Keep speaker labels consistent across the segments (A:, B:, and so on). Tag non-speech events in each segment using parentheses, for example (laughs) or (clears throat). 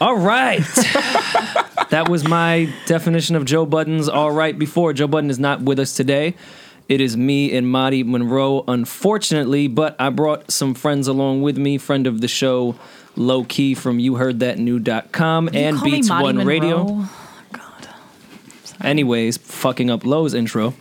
A: All
B: (laughs)
A: right. that was my definition of Joe Budden's All Right Before. Joe Budden is not with us today. It is me and Marty Monroe, unfortunately, but I brought some friends along with me, friend of the show, Low Key from YouHeardThatNew.com and
B: call me
A: Beats
B: Monty
A: One
B: Monroe? Oh,
A: Radio.
B: God.
A: Anyways, fucking up Low's intro.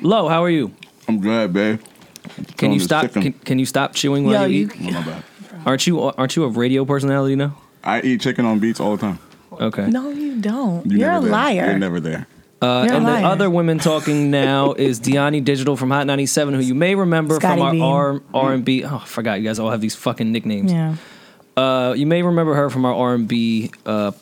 A: Low, how are you?
C: I'm glad, babe.
A: Can
C: Throwing
A: you
C: this
A: stop?
C: chicken.
A: Can, can you stop chewing while
B: Yo,
A: you,
B: you-
A: eat?
C: Oh, my bad.
A: Aren't you aren't you a radio personality now?
C: I eat chicken on beats all the time.
A: Okay.
B: No, you don't.
C: You
B: You are a
C: never there.
B: liar.
C: You're never there.
A: Uh,
B: You're a
A: and
B: liar.
A: the other women talking
B: (laughs)
A: now is Deani Digital from Hot 97, who you may remember
B: Scotty
A: from
B: Beam.
A: our R, R&B. Oh, I forgot. You guys all have these fucking nicknames.
B: Yeah. (laughs)
A: Uh, you may remember her from our R&B uh,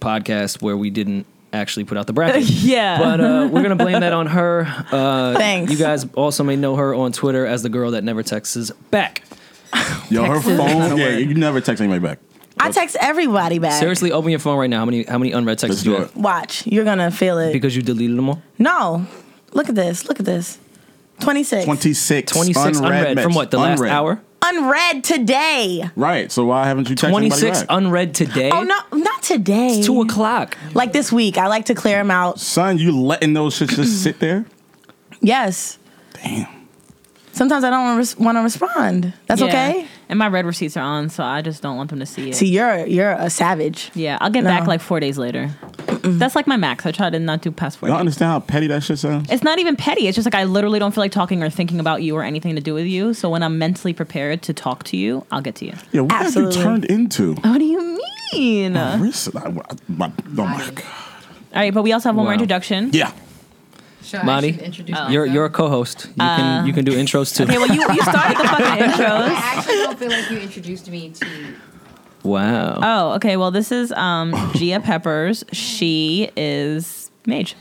A: podcast where we didn't actually put out the bracket.
B: (laughs) yeah.
A: But uh, we're going to blame that on her. Uh,
B: Thanks.
A: You guys also may know her on Twitter as the girl that never texts back.
C: Yo, her
B: Texas.
C: phone. Yeah, you never text anybody back.
B: I text everybody back.
A: Seriously, open your phone right now. How many how many unread texts
C: Let's
A: do you
C: do
A: have?
C: it.
B: Watch. You're going to feel it.
A: Because you deleted them all?
B: no. Look at this. Look at this. 26.
C: 26.
A: 26 unread, from
C: messages.
A: what, the last
C: Unread.
A: hour?
B: Unread today.
C: Right. So why haven't you texted anybody
A: 26
C: back?
A: unread today?
B: Oh, no. Not today.
A: Two o'clock.
B: Like this week. I like to clear them out.
C: Son, you letting those shits just
B: (laughs)
C: sit there?
B: Yes.
C: Damn.
B: Sometimes I don't res- want to respond. That's
D: Yeah.
B: okay.
D: And my red receipts are on, so I just don't want them to see it.
B: See, you're you're a savage.
D: yeah, I'll get
B: No.
D: back like four days later. That's like my max. I try to not do past four.
C: Y'all
D: days.
C: understand how petty that shit sounds?
D: It's not even petty. It's just like I literally don't feel like talking or thinking about you or anything to do with you. So when I'm mentally prepared to talk to you, I'll get to you.
C: Yeah, what have
B: Absolutely.
C: you turned into?
D: What do you mean? All
C: Chris, I- I- my- oh my God.
D: right, but we also have one more
A: Wow.
D: introduction.
C: Yeah.
E: Should I
A: Monty,
E: should introduce
A: You're
E: myself? Uh,
A: you're a co-host. You can you can do intros too.
D: Okay, well you, you started the fucking
E: Oh, I
D: intros.
E: actually don't feel like you introduced me to.
A: wow.
E: uh,
D: Oh, okay. Well, this is um, Gia Peppers. She is mage.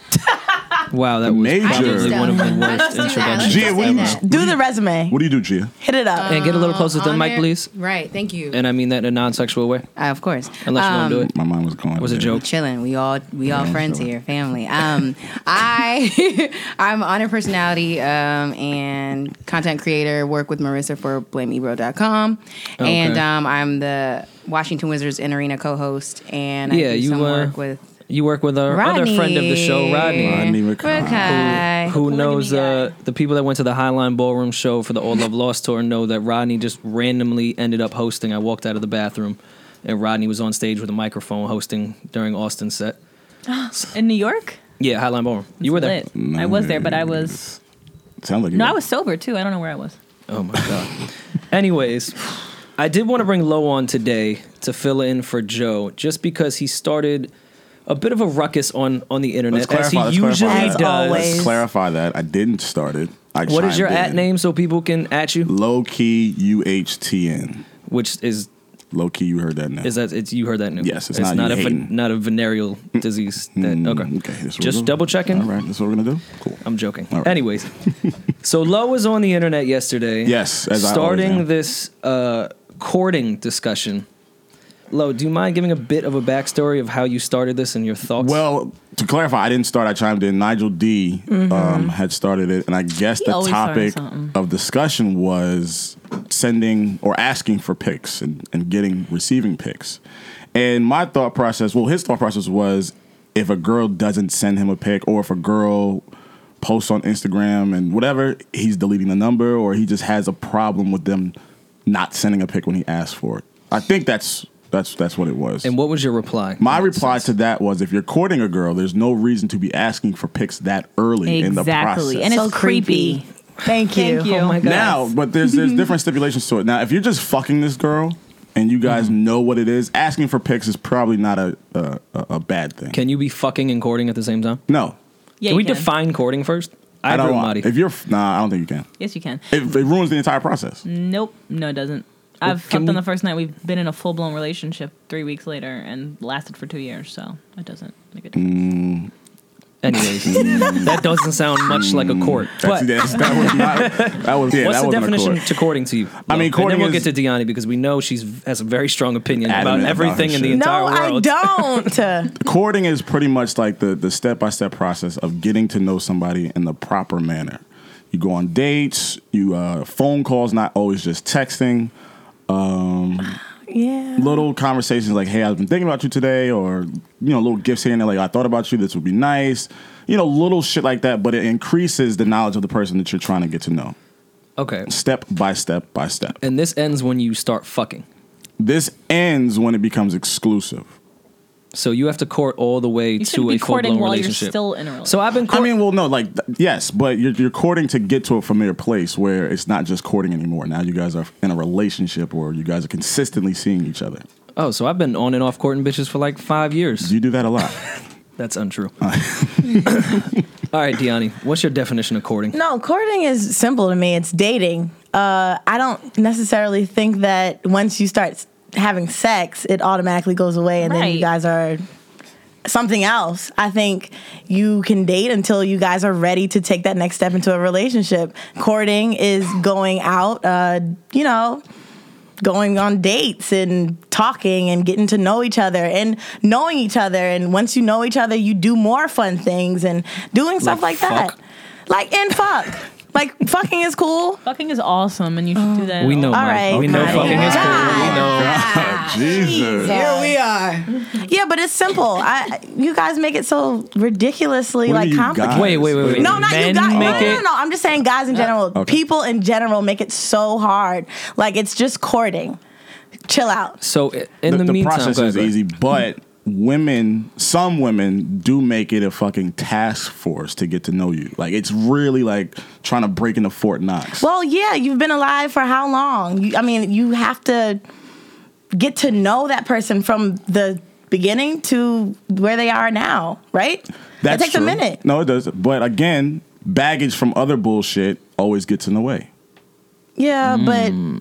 A: wow, that was
C: Major.
A: probably one of the
E: (laughs) I just
A: worst
E: do that. Let's
A: introductions.
C: Gia,
E: just
C: what
E: say
C: you-
E: that. Uh,
B: Do the resume.
C: What do you do, Gia?
B: Hit it up.
A: And get a little closer to the
E: On
A: mic,
E: there-
A: please.
E: Right, thank you.
A: And I mean that in a non-sexual way,
E: Uh, of course. Um,
A: unless you don't do it.
C: My mind was going.
A: Was a
C: there.
A: joke.
E: Chilling. We all we all
C: Yeah,
E: friends
C: chilling.
E: here, family. Um, I (laughs) I'm an honor personality um, and content creator. Work with Marissa for BlameEbro.com, and
A: Okay.
E: um, I'm the Washington Wizards in arena co-host. And I
A: Yeah,
E: do
A: you,
E: some
A: uh,
E: work with
A: You work with our other friend of the show, Rodney.
C: Rodney Rakai.
E: Rakai.
A: Who knows
D: guy.
A: uh, the people that went to the Highline Ballroom show for the All Love Lost tour know that Rodney just randomly ended up hosting. I walked out of the bathroom and Rodney was on stage with a microphone hosting during Austin's set.
D: In New York?
A: Yeah, Highline Ballroom. You were there.
D: Lit. I was there, but I was
C: Sounds like you.
D: no, I
C: were.
D: was sober too. I don't know where I was.
A: Oh my god. Anyways, I did want to bring Low on today to fill in for Joe, just because he started a bit of a ruckus on on the internet
C: Let's clarify.
A: as
C: Let's
A: he usually
C: clarify.
B: As
C: that.
A: does.
B: always.
C: Let's clarify that. I didn't start it. I
A: What is your
C: chimed
A: at
C: in.
A: name so people can at you?
C: Low key UHTN.
A: Which is
C: Low key, you heard that now.
A: is that it's you heard that news?
C: Yes, it's not
A: not,
C: you
A: a ven-
C: hating. Mm,
A: not a venereal disease. That, okay,
C: okay, that's what we're
A: just
C: doing.
A: double checking.
C: All right, that's what we're gonna do. Cool.
A: I'm joking.
C: All right.
A: Anyways, so Lo was on the internet yesterday.
C: Yes, as I always
A: starting
C: am.
A: this uh, courting discussion. Lo, do you mind giving a bit of a backstory of how you started this and your thoughts?
C: Well, to clarify, I didn't start. I chimed in. Nigel D um, had started it, and I guess
D: Mm-hmm. He
C: the
D: always
C: topic
D: started something.
C: of discussion was sending or asking for pics and, and getting receiving pics. And my thought process, well, his thought process was if a girl doesn't send him a pic, or if a girl posts on Instagram and whatever, he's deleting the number, or he just has a problem with them not sending a pic when he asks for it. I think that's that's that's what it was.
A: and what was your reply?
C: My reply to that was if you're courting a girl, there's no reason to be asking for pics that early in the process.
D: Exactly. And it's
B: So
D: creepy.
B: creepy. Thank you.
D: Thank you.
A: Oh my God.
C: now, but
A: (laughs)
C: there's there's different stipulations to it. Now, if you're just fucking this girl and you guys
A: Mm-hmm.
C: know what it is, asking for pics is probably not a a, a a bad thing.
A: can you be fucking and courting at the same time?
C: no.
D: Yeah,
A: can we
D: you can.
A: define courting first? I,
C: I
A: agree
C: don't
A: with
C: want
A: Marty.
C: If you're f- nah, I don't think you can.
D: Yes, you can.
C: It, it ruins the entire process.
A: Mm.
D: Nope. No, it doesn't. I've
A: can
D: fucked
A: we-
D: on the first night. We've been in a full blown relationship three weeks later and lasted for two years. So it doesn't make a
A: Mm,
D: difference.
C: (laughs)
A: Anyways, that doesn't sound much like a court.
C: Mm. That's,
A: but
C: that's- that was not. That was
A: (laughs)
C: yeah.
A: what's
C: that
A: the
C: wasn't a
A: definition
C: court.
A: to courting to you?
C: I mean,
A: Lo? And then
C: courting
A: we'll
C: is-
A: get to Deani because we know she's has a very strong opinion about
C: Adamant about her
A: everything in the
C: shit.
A: entire
B: No, I
A: world. (laughs)
B: don't.
C: courting is pretty much like the the step by step process of getting to know somebody in the proper manner. You go on dates. You uh, phone calls, not always just texting.
B: Yeah.
C: little conversations like, "Hey, I've been thinking about you today," or you know, little gifts here and there, like, "I thought about you. This would be nice." You know, little shit like that, but it increases the knowledge of the person that you're trying to get to know,
A: Okay.
C: step by step by step.
A: And this ends when you start fucking.
C: This ends when it becomes exclusive.
A: So you have to court all the way
D: You
A: to
D: shouldn't be
A: a full
D: courting
A: blown
D: while you're
A: relationship.
D: still in a relationship.
A: so I've been.
C: I
A: Court-
C: mean, well, no, like th- yes, but you're, you're courting to get to a familiar place where it's not just courting anymore. Now you guys are in a relationship, or you guys are consistently seeing each other.
A: oh, so I've been on and off courting bitches for like five years.
C: You do that a lot.
A: That's
C: (laughs)
A: untrue. all right, Deani, what's your definition of courting?
B: No, courting is simple to me. It's dating. Uh, I don't necessarily think that once you start s- having sex, it automatically goes away and then you
D: Right.
B: guys are something else. I think you can date until you guys are ready to take that next step into a relationship. Courting is going out, uh, you know, going on dates and talking and getting to know each other and knowing each other. And once you know each other, you do more fun things and doing stuff
A: Like
B: like,
A: fuck?
B: that. Like, and fuck. like, fucking is cool.
D: Fucking is awesome, and you should do that.
A: Oh. We know, Mike.
B: right,
A: we know
B: Mike.
A: fucking is cool. We know.
C: Jesus.
E: Here we are.
B: Yeah, but it's simple. I You guys make it so ridiculously,
C: What do
B: like,
C: you
B: complicated.
C: guys?
A: Wait, wait, wait, wait.
B: No, not
A: Men
B: you guys. No,
A: make
B: no, no,
A: it-
B: no. I'm just saying guys in general.
C: Okay.
B: People in general make it so hard. Like it's just courting. Chill out.
A: So i- in the,
C: the, the
A: meantime,
C: process
A: go ahead,
C: is
A: go ahead.
C: easy, but women, some women do make it a fucking task force to get to know you. Like it's really like trying to break into Fort Knox.
B: Well, yeah, you've been alive for how long? You, I mean, you have to get to know that person from the beginning to where they are now, right?
C: That
B: it takes a minute.
C: No, it does. But again, baggage from other bullshit always gets in the way.
B: Yeah,
C: Mm.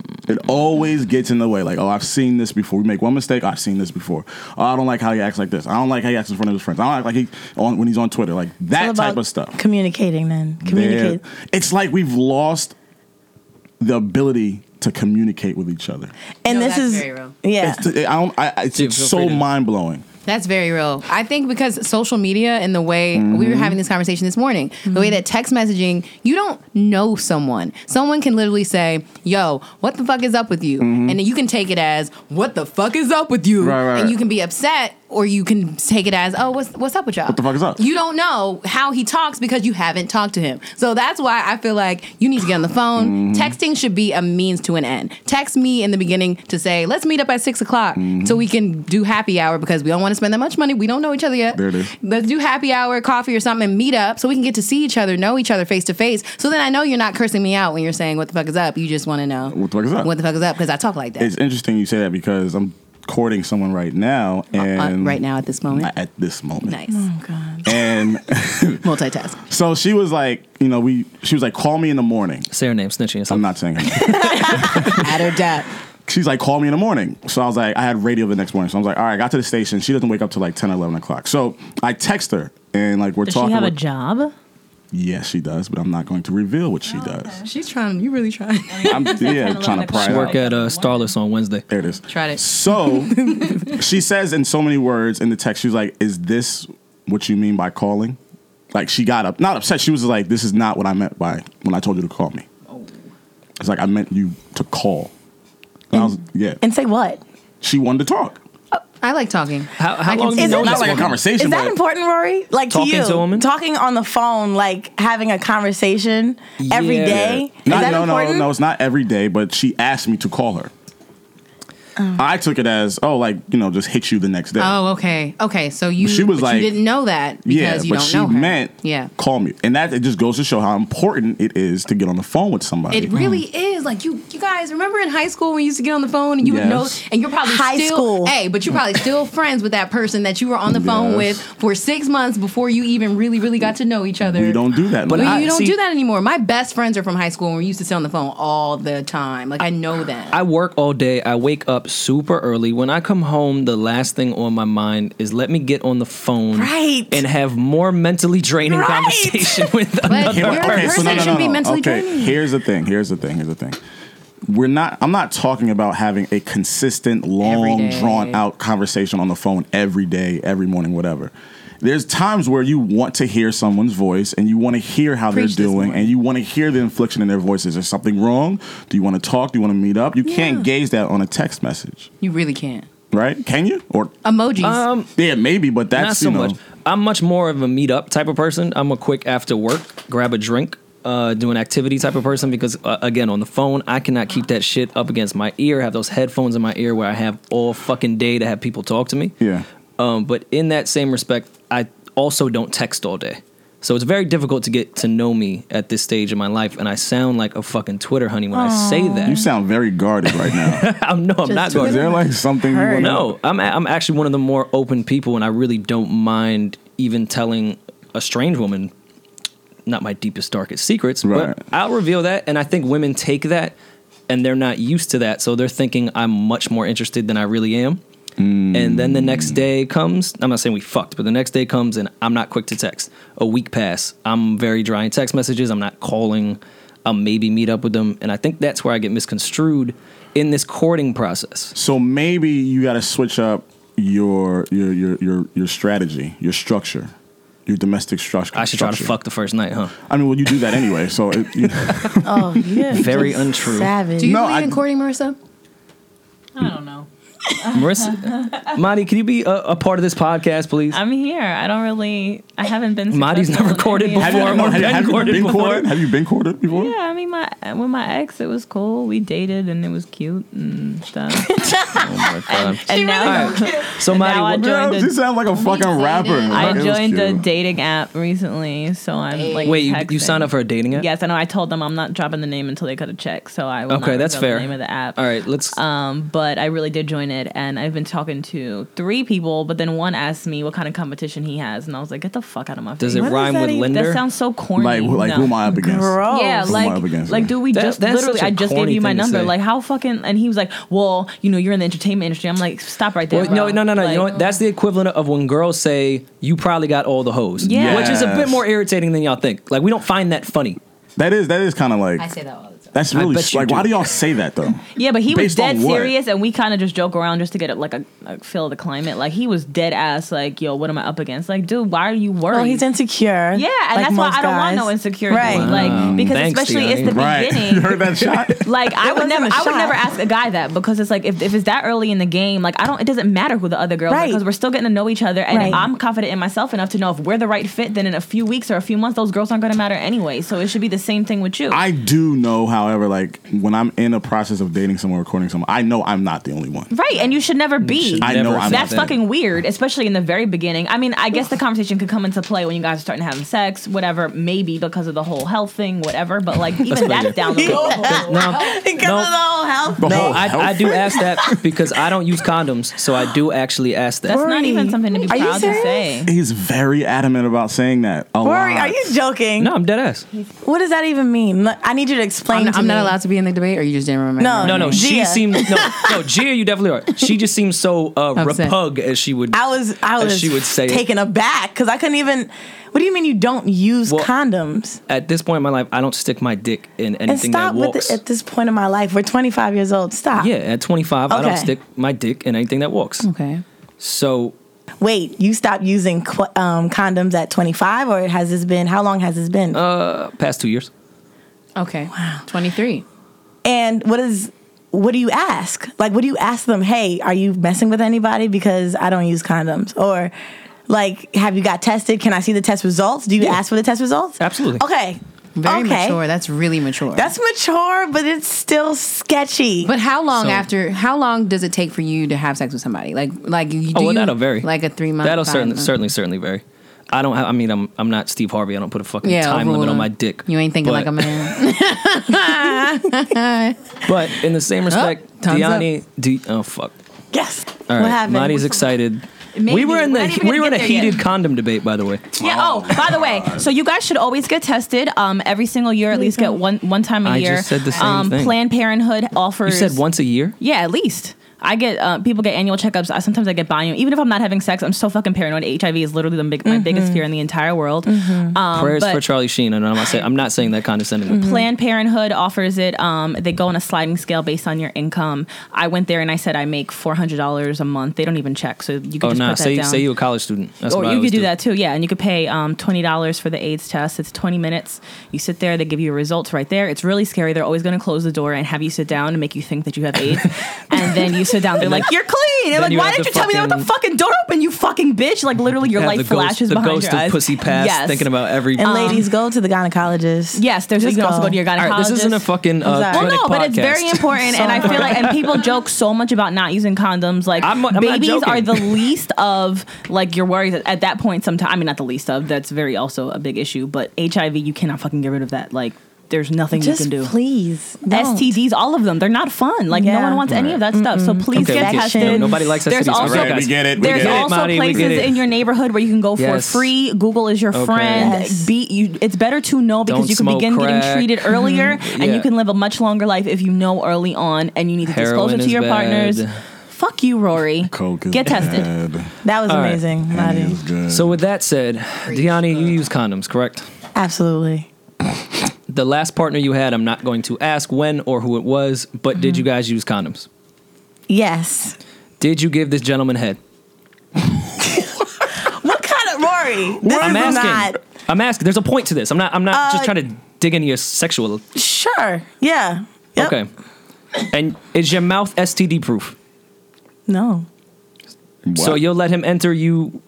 B: but
C: It always gets in the way. Like, oh, I've seen this before. We make one mistake. I've seen this before. Oh, I don't like how he acts like this. I don't like how he acts in front of his friends. I don't like like he on when he's on Twitter. Like
B: it's all
C: that type
B: about
C: of stuff.
B: Communicating then.
C: There-
B: Communicate.
C: It's like we've lost the ability to communicate with each other.
B: And
E: No,
B: this
E: that's
B: is
E: very real.
B: yeah.
C: It's, I don't, I, it's
A: Dude, feel
C: so
A: free to-
C: mind blowing.
E: That's very real. I think because social media and the way we
C: Mm-hmm.
E: were having this conversation this morning, the way that text messaging, you don't know someone. Someone can literally say, "Yo, what the fuck is up with you?" and then you can take it as, "What the fuck is up with you?"
C: Mm-hmm. Right, right,
E: and you
C: right.
E: can be upset or you can take it as, "Oh, what's what's up with y'all?" What
C: the fuck is up?
E: You don't know how he talks because you haven't talked to him. So that's why I feel like you need to get on the
C: Mm-hmm.
E: phone. Texting should be a means to an end. Text me in the beginning to say, let's meet up at six o'clock
C: Mm-hmm.
E: so we can do happy hour because we don't want to spend that much money. We don't know each other yet.
C: There it is.
E: Let's do happy hour, coffee or something, and meet up so we can get to see each other, know each other face to face. So then I know you're not cursing me out when you're saying, what the fuck is up? You just want to know
C: What the fuck is up?
E: What the fuck is up? Because I talk like that
C: It's interesting you say that because I'm courting someone right now, and
E: uh, right now at this moment.
C: at this moment,
E: nice.
C: and (laughs)
E: Multitask.
C: so she was like, you know, we she was like, call me in the morning.
A: Say her name, snitching. yourself.
C: I'm not saying. Her.
E: Add or dot.
C: (laughs) she's like, call me in the morning. So I was like, I had radio the next morning. So I was like, all right, I got to the station. She doesn't wake up till like 10 or 11 o'clock. So I text her and like we're
D: Does
C: talking.
D: she have a
C: we're-
A: Mm.
D: job?
C: Yes, she does, but I'm not going to reveal what she does.
E: She's trying. You really trying.
C: I'm yeah, trying to pry
A: She
C: it
A: work
C: out.
A: at uh, Starless on Wednesday.
C: There it is.
E: Tried it.
C: So she says in so many words in the text, she's like, is this what you mean by calling? Like she got up, not upset. She was like, this is not what I meant by when I told you to call me. It's like, I meant you to call. And I was, yeah.
B: and say what?
C: she wanted to talk.
E: I like talking.
A: How, how
E: I can
A: long
E: see
A: do you
B: that.
A: know
B: Not
A: this
B: like
C: a
A: woman?
C: conversation.
B: Is that
C: but-
B: important, Rory? Like
A: Talking
B: to you,
A: to a woman?
B: talking on the phone, like having a conversation every
A: Yeah.
B: day. Is
C: Not,
B: that
C: no,
B: important?
C: no, no. It's not every day, but she asked me to call her. I took it as oh, like you know, just hit you the next day.
E: Oh, okay, okay. So you
C: she was
E: but
C: like-
E: you didn't know that because
C: yeah,
E: you
C: but
E: don't
C: she
E: know her.
C: meant
E: yeah.
C: call me, and that it just goes to show how important it is to get on the phone with somebody.
E: It really is like you. You guys remember in high school when you used to get on the phone and you would know,
C: Yes.
E: and you're probably
B: High
E: still,
B: school.
E: Hey, but you're
C: (laughs)
E: probably still friends with that person that you were on the phone
C: Yes.
E: with for six months before you even really, really got to know each other.
C: we don't do that.
A: But
E: We-
C: no more.
A: I-
E: you don't
A: see-
E: do that anymore. My best friends are from high school, and we used to sit on the phone all the time. Like I know that.
A: I work all day. I wake up super early. When I come home, the last thing on my mind is let me get on the phone
B: Right.
A: and have more mentally draining
B: Right.
A: conversation (laughs) with another
E: you're a
A: person.
E: person. shouldn't be mentally
C: okay.
E: draining.
C: Here's the thing. Here's the thing. Here's the thing. We're not. I'm not talking about having a consistent, long,
E: day.
C: drawn out conversation on the phone every day, every morning, whatever. there's times where you want to hear someone's voice and you want to hear how
E: Preach
C: they're
E: this
C: doing
E: morning.
C: and you want to hear the inflection in their voices. Is there something wrong? Do you want to talk? Do you want to meet up? You
E: Yeah.
C: can't gauge that on a text message,
E: You really can't.
C: right? Can you? Or
E: Emojis.
A: Um,
C: yeah, maybe, but that's
A: not so
C: you know,
A: much. I'm much more of a meet up type of person. I'm a quick after work, grab a drink, uh, do an activity type of person because uh, again, on the phone, I cannot keep that shit up against my ear. Have those headphones in my ear where I have all fucking day to have people talk to me.
C: yeah.
A: Um, but in that same respect, I also don't text all day. So it's very difficult to get to know me at this stage in my life, and I sound like a fucking Twitter honey when I say
C: You
A: that. (laughs)
C: sound very guarded right
E: (laughs)
C: now.
A: I'm, no, I'm not
B: Just
A: going.
C: Is there like something you
B: Heard.
C: want
A: No, I'm a- I'm actually one of the more open people, and I really don't mind even telling a strange woman not my deepest darkest secrets,
C: Right.
A: but I'll reveal that, and I think women take that, and they're not used to that, so they're thinking I'm much more interested than I really am. And then the next day comes. I'm not saying we fucked, but the next day comes, and I'm not quick to text. A week pass. I'm very dry in text messages. I'm not calling. I'll maybe meet up with them, and I think that's where I get misconstrued in this courting process.
C: So maybe you got to switch up your your your your your strategy, your structure, your domestic structure.
A: I should try to
C: structure.
A: fuck the first night, huh?
C: I mean, well, you do that anyway. So
A: (laughs)
C: it, you (laughs) know,
B: Oh, yeah.
A: Very
B: just
A: untrue.
B: Savage.
E: Do you
C: No,
E: believe
C: I-
E: in courting, Marissa?
D: I don't know.
A: Marissa, Marty, can you be a, a part of this podcast, please?
D: I'm here. I don't really. I haven't been.
A: Marty's
D: successful
A: never
D: in
A: courted
D: any of
A: before.
D: it.
A: I've been courted
C: been
A: before.
C: courted? Have you been courted before?
D: Yeah, I mean, my with my ex, it was cool. We dated and it was cute
A: (laughs)
D: and stuff.
A: oh my god!
D: and (laughs) now,
A: So, Marty,
D: Now I
A: what-
D: do-
C: Yeah,
D: joined
C: she
D: a-
C: sound like a fucking
E: dated.
C: rapper.
D: I
C: Like, it was
D: joined a
C: cute.
D: dating app recently, so I'm like.
A: wait, you, you
D: texting.
A: signed up for a dating app?
D: Yes, I know. I told them I'm not dropping the name until they cut a check, so I will
A: Okay,
D: not
A: that's
D: reveal
A: fair.
D: The name of the app.
A: All right, let's.
D: Um, but I really did join it, and I've been talking to three people. But then one asked me what kind of competition he has, and I was like, "Get the fuck out of my
A: does
D: face."
A: it
B: what is
A: rhyme
B: that
A: with
B: even-
A: lender?
D: That sounds so corny.
C: Like, who- like
D: No.
C: who am I up against?
B: Gross.
D: Yeah,
C: Who am I up
D: like,
C: against?
D: like, dude, we
A: That-
D: just
A: that's
D: literally,
A: such a
D: I just gave
A: corny
D: you my
A: thing to
D: number.
A: say.
D: Like, how fucking? And he was like, "Well, you know, you're in the entertainment industry." I'm like, "Stop right there."
A: Well, no,
D: bro."
A: no, no, no. you know
D: Like,
A: what? That's the equivalent of when girls say, "You probably got all the hoes,"
D: Yeah.
A: which is a bit
C: Yes.
A: more irritating than y'all think. Like we don't find that funny.
C: that is that is kind of like
E: I say that all the time.
C: that's
A: I
C: really
A: bet you
C: like
A: do.
C: why do y'all say that
D: (laughs)
C: though?
D: Yeah, but he was
C: Based on
D: dead
C: what?
D: serious, and we kind of just joke around just to get a, like a, a feel of the climate. Like he was dead ass. Like, yo, what am I up against? Like, dude, why are you worried?
B: Oh, he's insecure.
D: yeah, and that's why I don't want no insecurity.
B: Right.
D: Like, because
A: Thanks,
D: especially it's
A: Dion.
D: the
C: right? (laughs) you
D: (laughs) beginning.
C: heard that shot?
D: Like I would
B: wasn't
D: never,
B: a
D: I would
B: shot.
D: never ask a guy that because it's like if, if it's that early in the game, like I don't, it doesn't matter who the other girl
B: Right.
D: because we're still getting to know each other, and
B: Right.
D: I'm confident in myself enough to know if we're the right fit. Then in a few weeks or a few months, those girls aren't going to matter anyway. So it should be the same thing with you.
C: I do know, however, like when I'm in a process of dating someone, recording someone, I know I'm not the only one.
D: right, and you should never be.
C: I
A: Never
C: know I'm
D: That's
A: that.
D: fucking weird, especially in the very beginning. I mean, I guess the conversation could come into play when you guys are starting having sex, whatever, maybe because of the whole health thing, whatever. But
A: (laughs)
D: like, even that's down the road.
A: No,
B: Because
A: No.
B: of the whole health.
C: The
A: no,
C: whole health
A: I, I do ask that because I don't use condoms, so I do actually ask that.
D: That's not even something to be
B: Are you
D: proud to
B: serious?
D: say.
C: He's very adamant about saying that. A
B: Rory,
C: lot.
B: are you joking?
A: No, I'm dead ass.
B: What does that even mean? Like, I need you to explain
E: I'm,
B: to
E: I'm
B: me.
E: not allowed to be in the debate, or you just didn't remember?
B: No.
A: No, no, she
B: Gia.
A: seemed no, no, Gia, you definitely are. She just seems so uh,
E: Upset.
A: repug as she would.
B: I was I
A: as
B: was
A: she would say it.
B: taken aback because I couldn't even. What do you mean you don't use
A: Well,
B: condoms?
A: At this point in my life, I don't stick my dick in
B: And
A: anything
B: stop
A: that
B: with
A: walks.
B: it at this point in my life. We're 25 years old. Stop.
A: yeah, at 25, I don't
B: Okay.
A: stick my dick in anything that walks.
E: Okay.
A: So
B: Wait, you stopped using qu- um, condoms at 25, or has this been? How long has this been?
A: uh, past two years,
E: Okay. Wow. 23.
B: and what is? What do you ask? Like, what do you ask them? Hey, are you messing with anybody? Because I don't use condoms. Or, like, have you got tested? Can I see the test results? Do you ask for the test results?
A: Absolutely.
B: Okay.
E: Very
B: okay.
E: mature. That's really mature.
B: That's mature, but it's still sketchy.
E: But how long
A: So-
E: after? How long does it take for you to have sex with somebody? Like, like you do
A: oh, well,
E: you-
A: that'll vary.
E: Like a three month.
A: That'll
E: five
A: certainly,
E: month?
A: certainly, certainly vary. I don't. Have, I mean, I'm I'm not Steve Harvey. I don't put a fucking
E: Yeah,
A: time limit
E: overall.
A: on my dick.
E: You ain't thinking
A: But-
E: like a man.
A: (laughs) But in the
E: (laughs)
A: same respect,
E: Oh, time's up.
A: Diani, D, oh fuck.
B: yes.
A: All
B: what
A: right,
B: happened?
A: Marty's excited.
D: Maybe.
A: We were in
D: We're
A: the
D: not even
A: we
D: gonna
A: were in a
D: get there yet.
A: heated condom debate, by the way.
D: Yeah. Oh, by the way, so you guys should always get tested. Um, every single year, at least get one one time a
A: I
D: year.
A: just said the same
D: um,
A: thing.
D: Planned Parenthood offers.
A: You said once a year.
D: Yeah, at least. I get uh, people get annual checkups. I, sometimes I get biannual. Even if I'm not having sex, I'm so fucking paranoid. HIV is literally the big, my biggest fear in the entire world. Um,
A: Mm-hmm. Prayers
D: but- Mm-hmm.
A: for Charlie Sheen, and I'm not saying I'm not saying that condescendingly.
D: Planned Parenthood offers it. Um, they go on a sliding scale based on your income. I went there and I said I make four hundred dollars a month. They don't even check, so you can
A: Oh
D: just
A: no!
D: put that
A: Say
D: down.
A: say you're a college student. That's
D: or
A: what I
D: you could
A: always
D: do, that too, yeah. And you could pay um, twenty dollars for the AIDS test. It's twenty minutes. You sit there, they give you results right there. It's really scary. They're always going to close the door and have you sit down and make you think that you have
A: (laughs)
D: AIDS, and then you sit down. They're like, "You're clean."
A: then
D: They're like,
A: you
D: "Why
A: have
D: didn't
A: to
D: you tell me that with the fucking door open? You fucking bitch!" Like literally, your
A: Have
D: life
A: the ghost-
D: flashes
A: the
D: behind
A: ghost
D: your
A: of
D: eyes.
A: pussy past, thinking about every.
B: And ladies, go to the gynecologist.
D: Yes, there's.
B: Just
D: You can also
B: go.
D: go to your gynecologist.
A: all right, this isn't a fucking uh,
B: I'm sorry.
A: clinic
D: Well, Oh, no, but it's
A: podcast.
D: very
A: (laughs)
D: important, and I feel like, and people joke so much about not using condoms. Like
A: I'm- I'm not
D: babies
A: joking.
D: are
A: (laughs)
D: the least of like your worries at, at that point. Sometimes, I mean, not the least of. That's very also a big issue. But HIV, you cannot fucking get rid of that. Like, there's nothing
B: Just
D: you can do.
B: please. don't.
D: STDs, all of them, they're not fun. Like no
B: Yeah.
D: one wants any of that stuff. So please
A: Mm-hmm. Okay, we
D: get
A: get-
D: tested.
B: no-
A: nobody likes
D: There's
A: STDs.
D: also
A: Right, we
C: get it, we
D: There's
C: get it.
D: also
A: Marty, we get
D: places
A: it.
D: in your neighborhood where you can go for
A: Yes.
D: free. Google is your
A: Okay.
D: friend.
B: Yes.
D: Be you. It's better to know because
A: Don't
D: you can
A: smoke
D: begin getting
A: crack. (laughs)
D: treated earlier, and
A: Yeah.
D: you can live a much longer life if you know early on, and you need to disclose
A: Heroin
D: it to
A: is
D: your
A: bad.
D: partners. Fuck you, Rory.
C: Coke is
D: Get tested.
C: bad.
B: That was
A: All right.
B: amazing, Maddie.
C: It is good.
A: So with that said, Deani, you use condoms, correct?
B: Absolutely.
A: The last partner you had, I'm not going to ask when or who it was, but did
D: Mm-hmm.
A: you guys use condoms?
B: Yes.
A: Did you give this gentleman head?
B: What kind of Rory? This
A: I'm
B: is
A: asking.
B: not
A: I'm asking. There's a point to this. I'm not. I'm not just
B: Uh,
A: trying to dig into your sexual.
B: sure. Yeah. Yep.
A: Okay. And is your mouth STD proof?
B: No.
A: So you'll let him enter you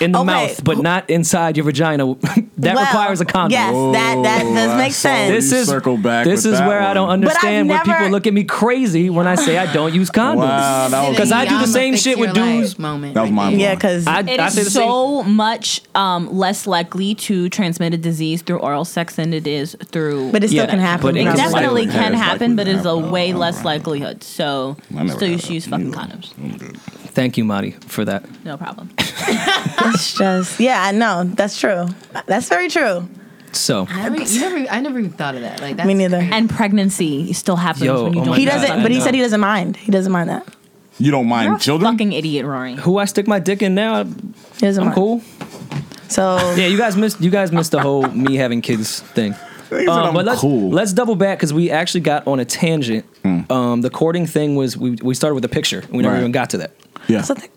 A: in the
B: Okay.
A: mouth, but not inside your vagina. (laughs) that
B: Well,
A: requires a condom.
B: Yes, that that does
C: Oh, I
B: make
C: saw
B: sense.
A: This
C: You
A: is
C: circle back
A: This
C: with
A: is
C: that
A: where I don't
C: one.
B: But I've
A: understand where people
B: never-
A: look at me crazy when I say I don't use condoms.
C: Wow, that was
A: 'Cause I do the same
E: Fix
A: shit
E: your
A: with dudes.
E: life Moment.
C: That was my
B: yeah, because (laughs)
A: I,
D: It
A: I say the
D: is so much um, less likely to transmit a disease through oral sex than it is through.
B: but it still
A: Yeah,
B: can happen.
A: but it
D: It
A: can
B: probably.
D: definitely
C: likely-
D: can
C: yeah, it's likely
D: happen, but
C: to
D: it's a
C: happen.
D: way
C: Oh,
D: less
C: right.
D: likelihood. So
C: I never
D: still
C: had
D: you
C: that
D: should use fucking condoms.
A: same. Thank you, Marty, for that.
D: No problem.
B: It's just yeah, I know. That's true. That's very true.
A: So
E: I never, you never, I never even thought of that. Like that's
B: Me neither.
D: And pregnancy still happens
A: Yo,
D: when you
A: oh
D: don't.
A: my
B: He
A: God,
B: doesn't
A: I
B: but he
A: know.
B: said he doesn't mind. He doesn't mind that.
C: You don't mind
D: You're a
C: children?
D: fucking idiot, Rory.
A: who I stick my dick in now?
B: He doesn't
A: I'm
B: mind.
A: cool.
B: So
A: (laughs) Yeah, you guys missed. You guys missed the whole me having kids thing.
C: (laughs) They said I'm
A: Uh, Um, but let's
C: cool. Hmm.
A: let's double back because we actually got on a tangent. Um, the courting thing was we we started with a picture. and We never
C: Right.
A: even got to that.
C: yeah.
B: something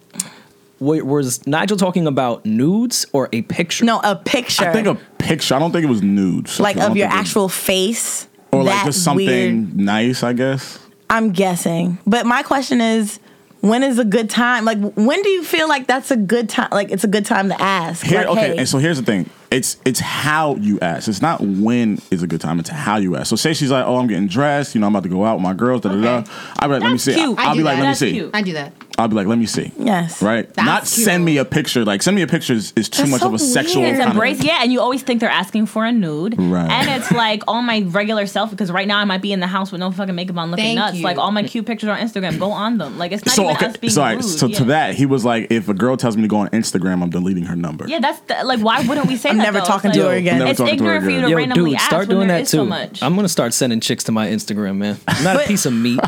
A: Wait, was Nigel talking about nudes or a picture?
B: no, a picture.
C: I think a picture. I don't think it was nudes.
B: like
C: I don't
B: of your
C: think it-
B: actual face.
C: or like
B: that
C: just something
B: weird-
C: nice. I guess.
B: I'm guessing. But my question is, when is a good time? Like, when do you feel like that's a good time? Like, it's a good time to ask.
C: Here,
B: like,
C: okay,
B: hey,
C: and so here's the thing. It's it's how you ask. It's not when is a good time. It's how you ask. So say she's like, oh, I'm getting dressed. You know, I'm about to go out with my girls. Da da da.
E: Okay.
C: I'll be like, let me
D: That's
C: see.
D: cute.
C: I'll
E: I
C: be
E: do
C: like,
E: that.
C: let me
D: That's
C: see.
D: cute.
E: I do that.
C: I'll be like, let me see.
B: yes,
C: Right.
E: That's
C: not
E: cute.
C: send me a picture. Like send me a picture is, is too
B: That's
C: much
B: so
C: of a sexual.
B: weird.
D: It's
C: kind of-
D: embrace, yeah, and you always think they're asking for a nude,
C: Right.
D: and it's like all my regular self because right now I might be in the house with no fucking makeup on, looking
E: Thank
D: nuts.
E: you.
D: Like all my cute pictures on Instagram, go on them. Like it's not
C: So
D: even
C: okay,
D: us being
C: so, all right,
D: rude.
C: so to
D: yeah.
C: that he was like, if a girl tells me to go on Instagram, I'm deleting her number.
D: yeah, that's the, like why wouldn't we say
B: I'm
D: that?
B: never
D: though?
B: talking
D: It's
B: to
D: like-
B: her again.
C: Never
D: It's
C: talking to her
D: ignorant for you
C: again.
D: to
A: Yo,
D: randomly
A: dude,
D: ask
A: start
D: when
A: doing
D: there
A: that
D: is
A: too.
D: so much.
A: I'm gonna start sending chicks to my Instagram, man. I'm not a piece of
C: (laughs)
A: meat.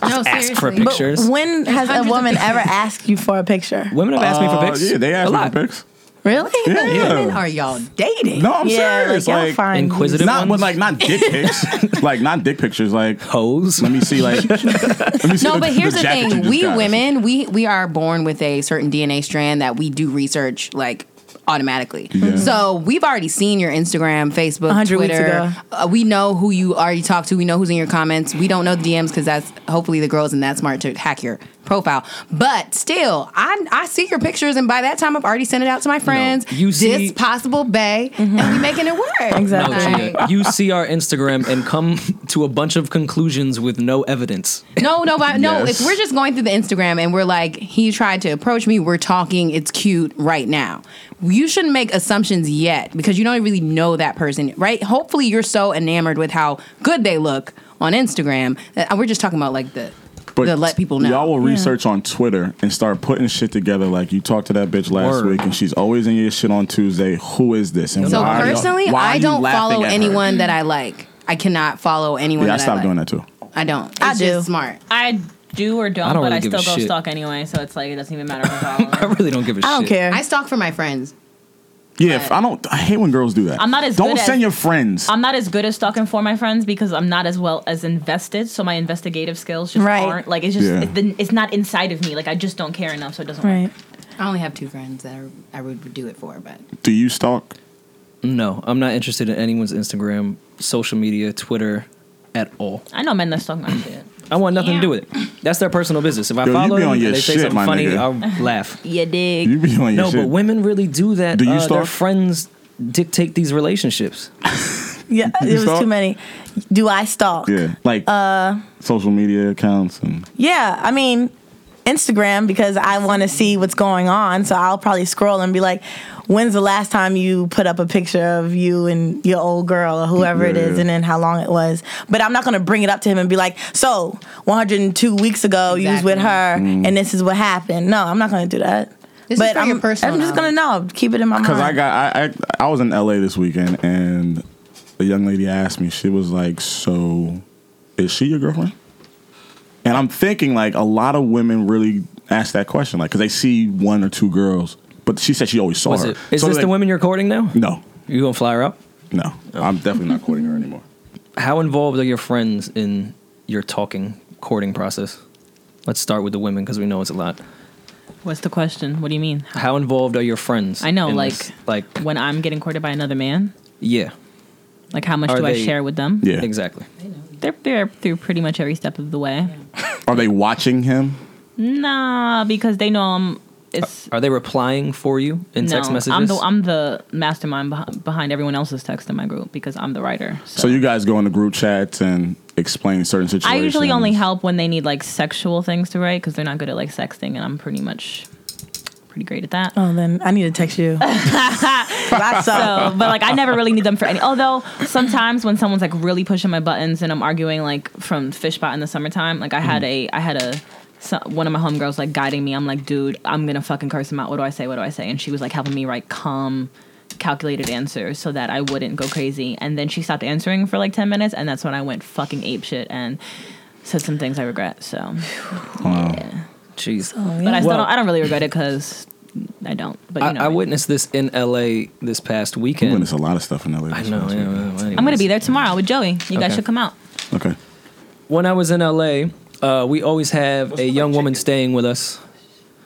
E: No,
A: ask for
E: seriously.
A: a picture. pictures.
B: But when has a
E: hundreds of
B: woman
E: pictures.
B: ever asked you for a picture?
A: Women have asked me for
C: Uh,
A: pics.
C: yeah, they
A: a
C: asked me for
A: lot.
C: pics.
B: Really?
E: What
C: Yeah.
E: women are y'all dating?
C: No, I'm
B: yeah,
C: serious.
B: like, y'all
C: Like,
B: find
A: Inquisitive
C: not
A: ones,
C: with like not dick pics, like not dick pictures. Like
A: pose.
C: let me see, like let me see
E: No,
C: the-
E: but here's the,
C: jacket you
E: thing:
C: just
E: we
C: got.
E: women, we we are born with a certain DNA strand that we do research like automatically.
C: Mm-hmm.
E: So we've already seen your Instagram, Facebook,
B: 100 weeks
E: Twitter.
B: ago.
E: Uh, we know who you already talked to. We know who's in your comments. We don't know the DMs because that's hopefully the girls and that smart to hack your profile. But still, I I see your pictures, and by that time, I've already sent it out to my friends.
A: you see-
E: this possible bay, and we making it work.
B: Mm-hmm. Exactly.
A: No, Gia,
E: Like,
A: you see our Instagram and come (laughs) to a bunch of conclusions with no evidence. (laughs)
E: No, no, but no.
C: Yes.
E: If we're just going through the Instagram and we're like, he tried to approach me, we're talking, it's cute right now. You shouldn't make assumptions yet because you don't really know that person, right? Hopefully, you're so enamored with how good they look on Instagram. Uh, We're just talking about like the, the let people know.
C: Y'all will research on Twitter and start putting shit together. Like you talked to that bitch last
A: Word.
C: week, and she's always in your shit on Tuesday. Who is this? And
E: so
C: why are y'all-
E: personally,
C: why are
E: I
C: you
E: don't
C: laughing
E: follow
C: at her?
E: anyone that I like. I cannot follow anyone.
C: Yeah, I
E: that
C: stopped
E: like.
C: doing that too.
E: I don't. It's
B: I do.
E: just smart.
D: I do or don't,
A: I don't
D: but
A: really
D: I
A: give a
D: still go
A: shit.
D: stalk anyway, so it's like it doesn't even matter. if I follow
A: I
D: them.
A: really don't give a shit.
B: I don't care.
E: I stalk for my friends.
C: Yeah, if- I don't. I hate when girls do that.
D: I'm not as
C: Don't
D: good as-
C: send your friends.
D: I'm not as good at stalking for my friends because I'm not as well as invested, so my investigative skills just
B: Right.
D: aren't like it's just
C: Yeah.
D: it's, the, it's not inside of me. Like I just don't care enough, so it doesn't work.
B: Right.
E: I only have two friends that I, I would do it for, but
C: do you stalk?
A: No, I'm not interested in anyone's Instagram, social media, Twitter at all.
D: I know men that stalk my shit.
A: I want nothing to do with it. That's their personal business. If I
C: Yo, you
A: follow
C: be
A: them
C: on
A: and
C: your
A: they say
C: shit, my
A: something funny,
C: nigga.
D: (laughs)
A: I'll laugh.
D: You dig?
C: You be on your
A: no,
C: shit.
A: but women really do that.
C: Do you
A: uh,
C: stalk?
A: Their friends dictate these relationships.
B: Yeah, it was
C: stalk?
B: too many. Do I stalk?
C: yeah, like uh, social media accounts and
B: Yeah, I mean, Instagram because I want to see what's going on. So I'll probably scroll and be like, when's the last time you put up a picture of you and your old girl or whoever it is
C: Yeah.
B: and then how long it was. But I'm not going to bring it up to him and be like, so 102 weeks ago you was with
E: Exactly.
B: her
C: Mm.
B: and this is what happened. No, I'm not going to do that.
E: This is
B: but
E: for
B: I'm,
E: your personal
B: I'm just going to know. Keep it in my mind.
D: Uh-huh.
C: because I got I, I I was in L.A. this weekend and a young lady asked me. She was like, "So, is she your girlfriend?" And I'm thinking like a lot of women really ask that question, like because they see one or two girls, but she said she always saw
A: What's
C: her.
A: it? Is
C: So,
A: this
C: like,
A: the women Oh. you're courting now?
C: No,
A: You gonna fly her up?
C: no, I'm definitely not courting
A: (laughs)
C: her anymore.
A: How involved are your friends in your talking courting process? Let's start with the women because we know it's a lot.
D: What's the question? What do you mean?
A: How involved are your friends?
D: I know,
A: in
D: like-
A: this? like,
D: When I'm getting courted by another man,
A: yeah,
D: like how much
A: Are
D: do I
A: they-
D: share with them?
C: Yeah,
A: exactly.
D: They're they're through pretty much every step of the way.
C: Are they watching him?
D: Nah, because they know I'm. It's
A: Are they replying for you in
D: no,
A: text messages?
D: I'm the I'm the mastermind beh- behind everyone else's text in my group because I'm the writer. So,
C: So you guys go into group chats and explain certain
D: I
C: situations.
D: usually only help when they need like sexual things to write because they're not good at like sexting, and I'm pretty much pretty great at that.
B: Oh, then I need to text
D: (laughs)
B: you. 'Cause I
D: So,
B: suck.
D: but like I never really need them for any. Although sometimes when someone's like really pushing my buttons and I'm arguing like from Fishbot in the summertime, like I
A: Mm.
D: had a I had a so- one of my homegirls like guiding me. I'm like, dude, I'm gonna fucking curse him out. What do I say? What do I say? And she was like helping me write calm, calculated answers so that I wouldn't go crazy. And then she stopped answering for like ten minutes, and that's when I went fucking ape shit and said some things I regret. So, yeah.
A: Jeez.
D: but I still
A: Well-
D: don't, I don't really regret it because I don't. But you know,
A: I, I witnessed this in LA this past
C: You
A: weekend.
C: witness a lot of stuff in LA.
A: I know. Yeah, well,
D: I'm gonna
A: anyways.
D: be there tomorrow with Joey. You guys
A: Okay.
D: should come out.
C: Okay.
A: When I was in LA, uh, we always have a young woman staying with us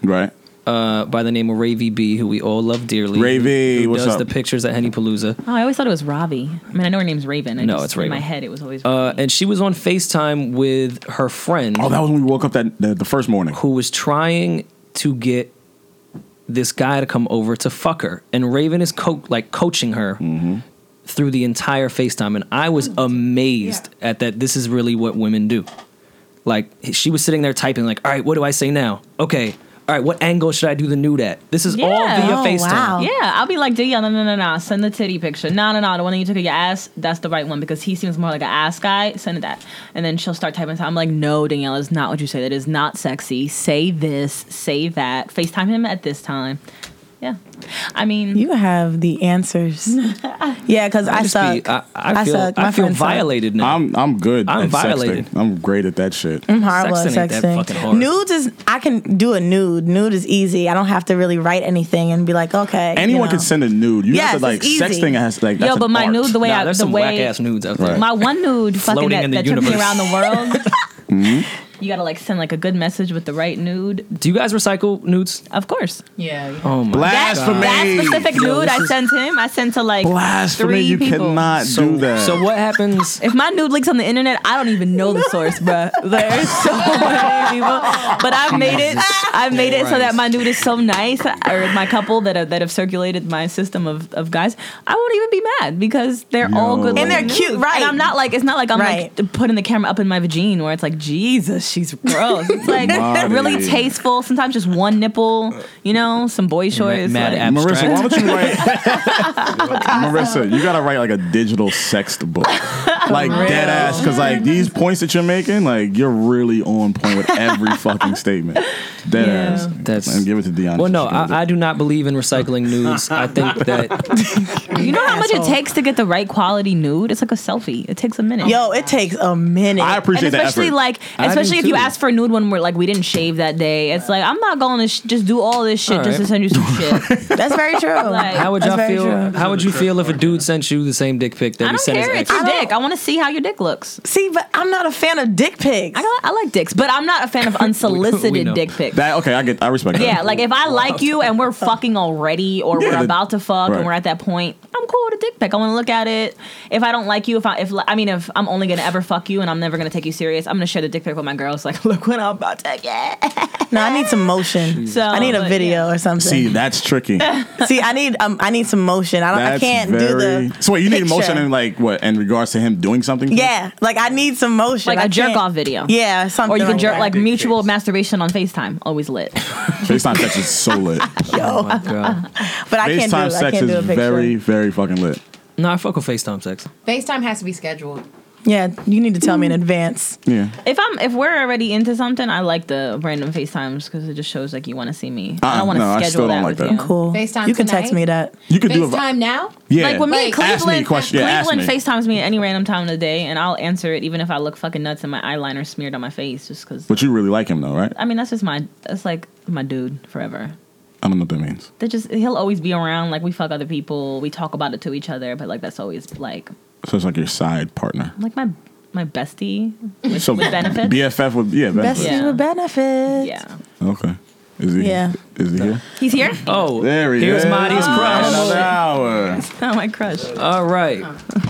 C: Right.
A: uh, by the name of Ravy B, who we all love dearly.
C: Ravy,
A: who
C: what's
A: does
C: up?
A: the pictures at Henny Palooza.
D: Oh, I always thought it was Robbie. I mean, I know her name's Raven. I
A: No,
D: just-
A: it's
D: In my
A: Raven.
D: head, it was always
A: Uh,
D: Robbie.
A: and she was on FaceTime with her friend
C: Oh, that was when we woke up that the, the first morning.
A: who was trying to get this guy to come over to fuck her. And Raven is co- like coaching her
C: Mm-hmm.
A: through the entire FaceTime. And I
B: Mm-hmm.
A: was amazed at that. This is really what women do. Like she was sitting there typing, like, all right, what do I say now? Okay. All right, what angle should I do the nude at? This is all
D: Yeah.
A: via
B: Oh,
A: FaceTime.
B: wow.
D: yeah, I'll be like, yeah, no, no, no, no. Send the titty picture. No, no, no. The one that you took of your ass, that's the right one because he seems more like an ass guy. Send it that. And then she'll start typing. So I'm like, no, Danielle, it's not what you say. That is not sexy. Say this, say that. FaceTime him at this time. Yeah. I mean,
B: You have the
D: (laughs)
B: answers. yeah, because I,
A: I, just
B: suck.
A: be- I, I feel,
B: suck.
A: I
B: My
A: feel
B: friends suck.
A: violated now.
C: I'm I'm good.
A: I'm
C: at sexting.
A: violated.
C: I'm great at that shit.
D: Mm-hmm.
B: I'm horrible
A: Sexting
B: at
A: ain't that
B: sexting.
A: fucking hard.
B: Nudes is I can do a nude. Nude is easy. I don't have to really write anything and be like, okay.
C: Anyone
B: you know.
C: can send a nude. You
B: Yes,
C: have to like
B: it's easy.
C: sexting has like. That's
D: yo, but
C: an
D: my
C: art.
D: nude, the way
A: nah,
D: I,
A: there's
D: the
A: some whack
D: way,
A: ass nudes out there.
C: Right.
D: my one nude fucking
A: Floating in
D: that,
A: the
D: that took me
A: universe. Mm-hmm.
D: around the
A: (laughs)
D: world. You gotta like send like a good message with the right nude.
A: Do you guys recycle nudes?
D: Of course.
E: yeah. yeah.
A: Oh my
D: That,
C: Blasphemy.
D: that specific
A: Yo,
D: nude
A: this
D: I
A: is-
D: sent him, I sent to like
C: Blasphemy!
D: three
C: You
D: people.
C: cannot do that.
A: So what happens?
D: If my nude leaks on the internet, I don't even know the source, bruh. There's so (laughs) many people, but I've made it. I've made it so that my nude is so nice, or my couple that have, that have circulated my system of, of guys. I won't even be mad because they're all
C: Yo.
D: good
C: And
B: they're
D: looking
B: cute,
D: nudes.
B: right.
D: And I'm not like it's not like I'm
B: Right.
D: like putting the camera up in my vagina where it's like Jesus, she's gross. It's like
C: Marty.
D: really tasteful. Sometimes just one nipple, you know, some boy shorts.
A: mad
D: like-
A: at-
C: Marissa, why
A: Abstract.
C: don't you write?
A: (laughs)
C: Marissa, you gotta write like a digital sext
D: (laughs)
C: book, like dead ass, because like these points that you're making, like you're really on point with every fucking statement. Dead
D: Yeah.
C: ass.
A: That's-
C: and give it to Deanna.
A: Well,
C: so
A: no,
C: she can-
A: I, I do not believe in recycling nudes.
C: (laughs)
A: I think that
D: You know how much it
B: Asshole.
D: takes to get the right quality nude? It's like a selfie. It takes a minute.
B: Yo, it takes a minute.
C: I appreciate
D: and
C: that
D: especially
C: effort.
D: like,
A: I do
D: especially if you
A: too.
D: ask for a nude when we're like we didn't shave that day. It's like I'm not going to sh- just do all this shit
A: All
D: just to
A: right.
D: send you
A: (laughs)
D: some shit.
B: That's very true.
D: (laughs) Like,
A: how would
B: That's
A: y'all
B: very
A: feel?
B: true.
A: How would you feel if a dude sent you the same dick pic that
D: I
A: he
D: don't
A: sent his
D: care.
A: ex?
D: It's your
B: I don't-
D: dick. I want to see how your dick looks.
B: See, but I'm not a fan of dick pics.
D: I, got- I like dicks, but I'm not
A: (laughs)
D: a fan of unsolicited
A: know.
D: dick pics.
C: that okay. I get. I respect. that.
D: yeah, like if I like you and we're fucking already, or
C: Yeah,
D: we're
C: the-
D: about to fuck,
C: right.
D: and we're at that point, I'm cool with a dick pic. I want to look at it. If I don't like you, if I if I mean if I'm only gonna ever fuck you and I'm never gonna take you serious, I'm gonna share the dick pic with my girls. Like, (laughs) look what I'm about to get.
B: no, I need
D: (laughs)
B: some motion.
D: So,
B: I need a
D: but,
B: video or something.
C: See,
B: See,
C: that's tricky.
D: (laughs)
C: That's
B: I need um, I need some motion. I don't. I can't do
C: very.
B: the.
C: so wait, you need
B: picture.
C: motion in like what in regards to him doing something? for you?
B: Yeah, like I need some motion.
D: Like
B: I
D: a jerk
B: can't-
D: off video.
B: Yeah, something.
D: Or you can
B: like
D: jerk
B: that.
D: like
F: Dick
D: mutual
F: pics.
D: masturbation on FaceTime. Always lit.
C: FaceTime sex
B: (laughs)
C: is so lit.
A: oh my god!
B: but I can't do. it.
C: FaceTime
B: I
C: sex
B: can't do a
C: is
B: picture.
C: very, very fucking lit.
A: No, I fuck with FaceTime sex.
E: FaceTime has to be scheduled.
B: Yeah, you need to tell me in
D: Mm.
B: advance.
C: Yeah.
D: If I'm if we're already into something, I like the random FaceTimes because it just shows like you want to see me. I
C: Uh-uh,
D: don't want to
C: no, I
D: schedule
C: still
D: that
C: don't like
D: with
C: that.
D: you.
B: Cool.
E: FaceTime
B: You can text
E: tonight?
B: me that.
C: You could do a
E: FaceTime now?
C: yeah.
D: Like when me,
E: Like,
D: Cleveland,
C: ask me a question. Yeah, ask
D: Cleveland
C: me.
D: FaceTimes me at any random time of the day, and I'll answer it even if I look fucking nuts and my eyeliner smeared on my face, just because.
C: But you really like him though, right?
D: I mean, that's just my. That's like my dude forever.
C: I don't know what that means.
D: That just he'll always be around. Like we fuck other people, we talk about it to each other, but like that's always like
C: So it's like your side partner.
D: like my my bestie.
C: So
D: with benefits?
C: BFF with yeah, benefits.
B: Bestie
D: Yeah.
B: with benefits.
D: Yeah,
C: Okay. Is he?
B: Yeah.
C: Is he here?
D: he's here.
A: Oh,
C: There he
A: here's
C: is.
A: Marty's crush.
C: Another hour.
D: oh my crush.
A: All right,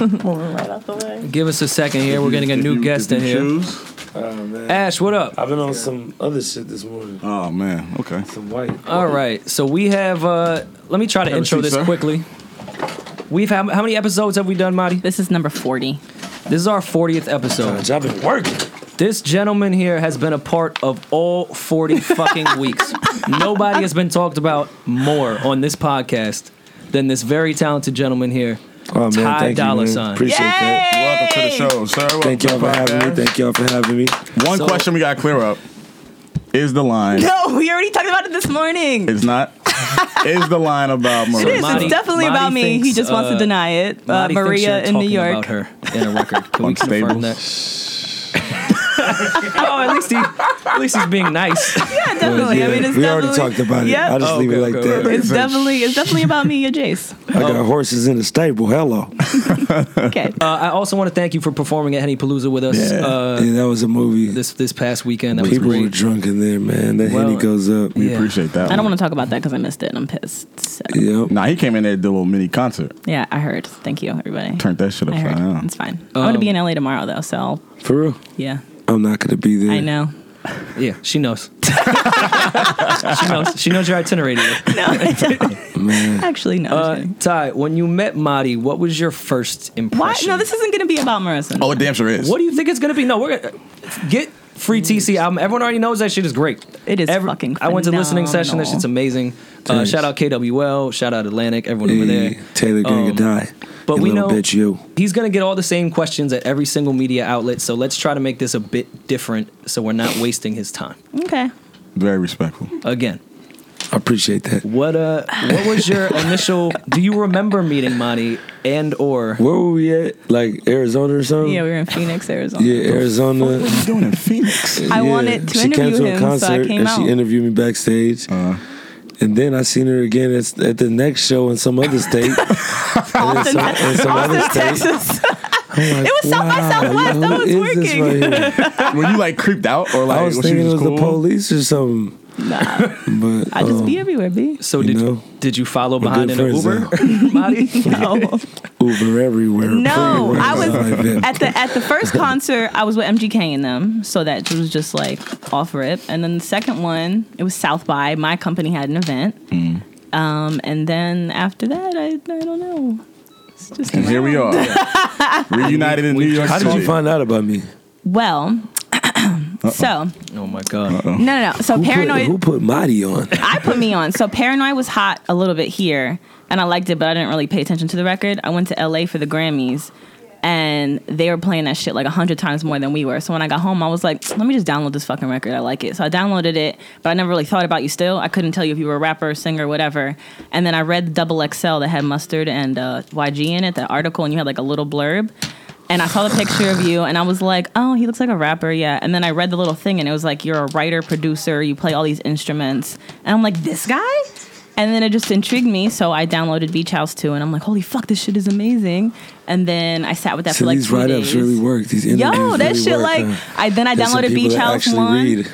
B: Moving right out the way.
A: give us a second here. We're getting a
C: Did
A: new
C: you-
A: guest in
C: did you
A: here.
C: choose?
F: Oh man.
A: Ash, what up?
F: I've been on some other shit this morning.
C: Oh man. Okay.
F: Some white.
A: All right, so we have. uh Let me try to
C: a
A: intro
C: seat,
A: this
C: sir.
A: quickly. We've had how many episodes have we done, Marty?
D: This is number forty.
A: This is our 40th episode.
F: Bitch, I've been working.
A: This gentleman here has been a part of all 40
D: (laughs)
A: fucking weeks. Nobody has been talked about more on this podcast than this very talented gentleman here.
D: Uh,
F: Oh man,
A: Ty
F: thank you,
A: Dolla
F: man.
A: Sign.
F: Appreciate that.
C: Welcome to the show, sir. Welcome
F: Thank
C: to
F: y'all
C: the
F: for having me.
C: podcast.
F: Thank y'all for having me.
C: One
A: So-
C: question we got to clear up is the line.
B: No, we already talked about it this morning.
C: It's not. is the line
D: (laughs)
C: about Maria?
D: This
A: Marty-
D: is definitely
A: Marty
D: about me. he
A: thinks,
D: just wants
A: uh,
D: to deny it. Uh,
A: Marty thinks you're
D: Maria in New
A: talking
D: York.
A: About her in a
D: (laughs)
A: record. Can we
C: Unstable.
A: confirm that? (laughs) oh, at least he, at least he's being nice.
D: Yeah, definitely. (laughs) I mean, it's
F: we already
D: definitely.
F: talked about it.
D: Yep.
F: I just
A: Oh,
F: leave it
A: okay,
F: like
A: okay,
F: that.
C: okay.
D: It's
C: Bitch.
D: definitely it's definitely about me and
A: (laughs)
D: Jace.
F: I got horses in the stable. Hello.
D: Okay.
A: Uh, I also want to thank you for performing at Henny Palooza with us
F: Yeah.
A: uh,
F: yeah, that was a movie.
A: this this past weekend. That was
F: People were
A: great.
F: drunk in there, man. That
A: Well,
F: henny goes up.
C: We
A: Yeah.
C: appreciate that.
D: I don't
C: one.
D: want to talk about that because I missed it and I'm pissed. So,
F: Yep.
C: Nah, he came in there and did a little mini concert.
D: yeah, I heard. Thank you, everybody.
C: Turned that shit
D: I
C: upside
D: heard.
C: down.
D: It's fine. I'm going to be
A: Um,
D: in LA tomorrow, though. So, I'll-
F: For real?
D: yeah,
F: I'm not gonna be there.
C: (laughs)
D: I know.
A: Yeah, she knows. (laughs) she knows. She knows your itinerary.
D: No, I
C: Oh,
D: don't. Actually, no. I'm
A: Uh,
D: kidding.
A: Ty, when you met Marty, what was your first
D: Why?
A: impression?
D: No, this isn't going to be about Marissa.
C: Oh, it damn sure is.
A: What do you think it's gonna be? No, we're gonna get free TC album. Everyone already knows that shit is great.
D: It is Mm. fucking
A: I went to the listening session. That
D: phenomenal.
A: shit's amazing. Uh,
F: Thanks.
A: shout out KWL. Shout out Atlantic. Everyone over
F: Hey,
A: there.
F: Taylor gonna
A: Um,
F: die.
A: But
F: you
A: we know
F: little bitch, you.
A: he's gonna get all the same questions at every single media outlet. So let's try to make this a bit different, so we're not wasting his time.
D: Okay.
C: Very respectful.
A: Again,
F: I appreciate that.
A: what uh, what was
F: (laughs)
A: your initial? Do you remember meeting Monty and or?
F: Where were we at? Like Arizona or something?
D: Yeah, we were in Phoenix, Arizona.
F: Yeah, Arizona.
C: What are you doing in
D: (laughs)
C: Phoenix?
D: I
F: Yeah,
D: wanted to
F: she came
D: interview
F: to a
D: him, so I
F: concert
D: came
F: and
D: out.
F: she interviewed me backstage.
C: Uh,
F: And then I seen her again at, at the next show in some other state.
D: (laughs)
F: and in some, in some other
D: Austin,
F: state.
D: Texas.
F: I'm like,
D: It was South by
F: "Wow,
D: Southwest. I
F: what
D: was
F: is this
D: working."
F: right here?
D: (laughs)
C: Were you like creeped out or like
F: I was
C: she
F: thinking it was
C: cool?
F: the police or something.
D: Nah,
F: But
D: I just
F: um,
D: be everywhere, B.
A: So
F: You
A: did
F: know,
A: did you follow behind in
F: good
A: an Uber,
F: friends
A: Marty?
D: (laughs) No.
F: Uber everywhere.
D: No,
F: everywhere,
D: I was
F: like that.
D: at the at the first concert. I was with MGK and them, so that was just like off rip. And then the second one, it was South by. My company had an event,
F: Mm-hmm.
D: um, and then after that, I I don't know. It's just
C: And here we
D: (laughs)
C: are, reunited in New York
F: How
C: City.
F: did you find out about me?
D: well. (clears throat) so
A: Oh my god.
D: no, no, no. So
F: Who
D: paranoid.
F: Put, who put
D: (laughs)
F: Marty on?
D: I put me on. So Paranoid was hot a little bit here, and I liked it, but I didn't really pay attention to the record. I went to LA for the Grammys, and they were playing that shit like a hundred times more than we were. So when I got home, I was like, let me just download this fucking record. I like it. So I downloaded it, but I never really thought about you still. I couldn't tell you if you were a rapper, singer, whatever. And then I read the Double XL that had Mustard and uh, YG in it, that article, and you had like a little blurb. And I saw the picture of you, and I was like, "Oh, he looks like a rapper, yeah." And then I read the little thing, and it was like, "You're a writer, producer. You play all these instruments." And I'm like, "This guy." And then it just intrigued me, so I downloaded Beach House 2, and I'm like, holy fuck, this shit is amazing. And then I sat with that
F: So
D: for like
F: these
D: two
F: write ups
D: days.
F: really work. These interviews
D: Yo, that
F: really
D: shit
F: work,
D: like
F: huh?
D: I then I
F: There's some
D: downloaded
F: people
D: Beach
F: that
D: House
F: actually
D: one.
F: read.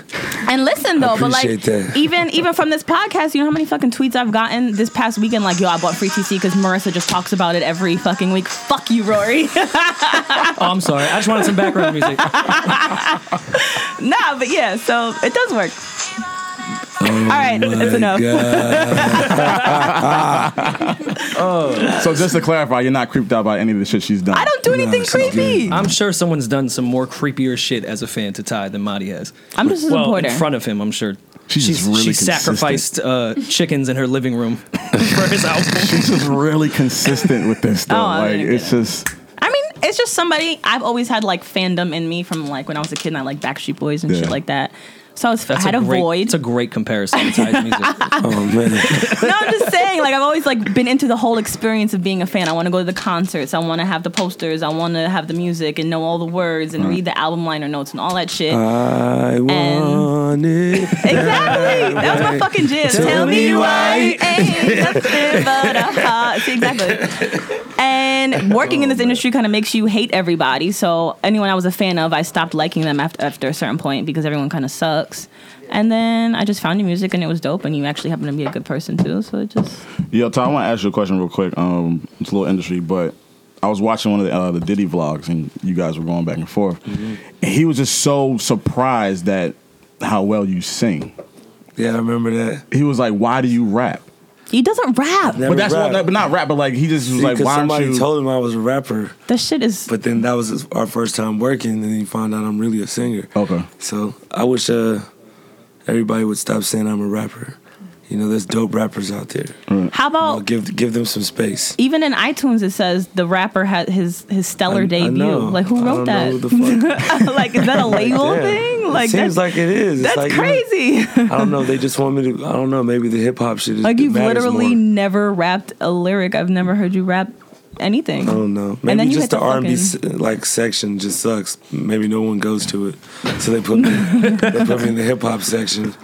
D: And listen though, but like
F: appreciate that.
D: even even from this podcast, you know how many fucking tweets I've gotten this past weekend? Like, yo, I bought free TC because Marissa just talks about it every fucking week. Fuck you, Rory. (laughs)
A: Oh, I'm sorry. I just wanted some background music.
D: nah, but yeah, so it does work. All right,
F: Oh My
D: that's enough.
F: God.
C: So just to clarify, you're not creeped out by any of the shit she's done.
D: I don't do anything
F: it's good.
D: creepy.
A: I'm sure someone's done some more creepier shit as a fan to Ty than Marty has.
D: I'm just a
A: well,
D: supporter.
A: in front of him, I'm sure.
C: She's just really
A: she
C: consistent.
A: sacrificed uh, chickens in her living room (laughs) for his album.
C: She's just really consistent with this though.
D: Oh, I
C: like
D: didn't get
C: it's just
D: I mean, it's just somebody I've always had like fandom in me from like when I was a kid and I like Backstreet Boys and
C: Yeah.
D: shit like that. So I, was, I had a,
A: great,
D: void.
A: It's a great comparison to Ty's
D: (laughs)
A: music.
F: Oh man.
D: no, I'm just saying, like I've always like been into the whole experience of being a fan. I want to go to the concerts. I want to have the posters. I want to have the music and know all the words and read the album liner notes and all that shit.
F: I
D: (laughs)
F: want it. (laughs)
D: exactly. That was my fucking jam. Tell, me why. Ain't nothing but a heart. See, exactly.
F: (laughs) Oh,
D: And working in this industry kind of makes you hate everybody. So anyone I was a fan of, I stopped liking them after, after a certain point because everyone kind of sucks. And then I just found your music and it was dope. And you actually happen to be a good person too. So it just
C: Yo, Ty, I want to ask you a question real quick. Um, it's a little industry, but I was watching one of the, uh, the Diddy vlogs, and you guys were going back and forth.
F: Mm-hmm.
C: And he was just so surprised that how well you sing.
F: Yeah, I remember that.
C: He was like, "Why do you rap?"
D: he doesn't rap.
F: Never
C: But that's
F: rap.
C: what, but not rap, but like he just was like,
F: Because
C: "Why
F: somebody
C: aren't you?"
F: told him I was a rapper,
D: That shit is.
F: but then that was his- our first time working, and he found out I'm really a singer.
C: okay,
F: So I wish uh, everybody would stop saying I'm a rapper. You know, there's dope rappers out there.
D: How
F: I'll
D: about
F: give give them some space.
D: even in iTunes it says the rapper had his his stellar
F: I- I
D: debut.
F: know.
D: Like who
F: I
D: wrote
F: don't know
D: that?
F: who the
D: (laughs) like is
F: (laughs)
D: that a label
F: Yeah.
D: thing? Like
F: it seems
D: that's,
F: like it is. It's
D: that's
F: like, you know,
D: crazy. (laughs)
F: I don't know. They just want me to. I don't know. Maybe the hip hop shit is
D: Like
F: it
D: you've
F: matters
D: literally
F: More.
D: never rapped a lyric. I've never heard you rap anything.
F: I don't know.
D: then
F: Maybe
D: you
F: just
D: hit
F: the
D: the
F: R and B like section just sucks. Maybe no one goes to it, so they put me. they put me in the hip hop section.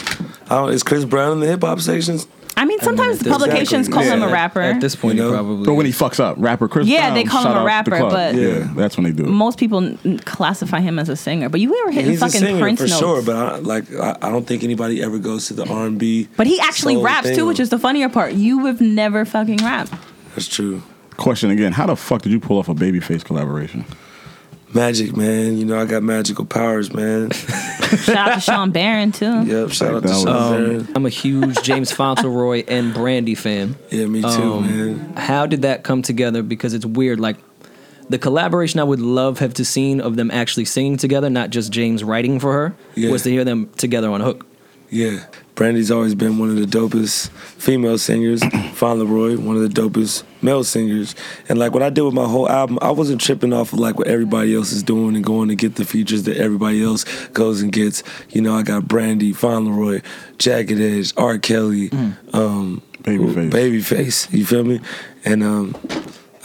F: I don't, is Chris Brown in the hip hop sections?
D: I mean, sometimes
A: at this-
D: publications call him
F: Yeah.
D: a rapper.
A: At this point,
F: You know?
A: he probably.
C: but when he fucks up, rapper Chris.
D: Yeah,
C: Brown,
D: they call him
C: shout
D: a
C: out the
D: rapper,
C: club.
D: but- Mm.
C: yeah, that's when they do. it.
D: Most people n- classify him as a singer, but you were hitting
F: He's
D: fucking
F: a singer
D: Prince
F: for
D: notes.
F: sure, but I, like I, I don't think anybody ever goes to the R and B.
D: But he actually raps too, which is the funnier part. You have never fucking rapped.
F: that's true.
C: Question again: How the fuck did you pull off a babyface collaboration?
F: Magic, man. You know I got magical powers, man.
D: Shout
F: (laughs)
D: out to Sean Barron too.
F: Yep. Shout out to
C: That was-
F: Sean
A: Um,
F: Baron.
A: I'm a huge James Fauntleroy and Brandy fan.
F: Yeah, me too,
A: um,
F: man.
A: How did that come together? Because it's weird. Like the collaboration I would love have to seen of them actually singing together, not just James writing for her,
F: Yeah.
A: was to hear them together on Hook.
F: Yeah. Brandy's always been one of the dopest female singers. (clears throat) Fauntleroy, one of the dopest male singers. And like when I did with my whole album, I wasn't tripping off of like what everybody else is doing and going to get the features that everybody else goes and gets. You know, I got Brandy, Fauntleroy, Jagged Edge, R. Kelly, um,
C: Babyface.
F: Babyface. You feel me? And um,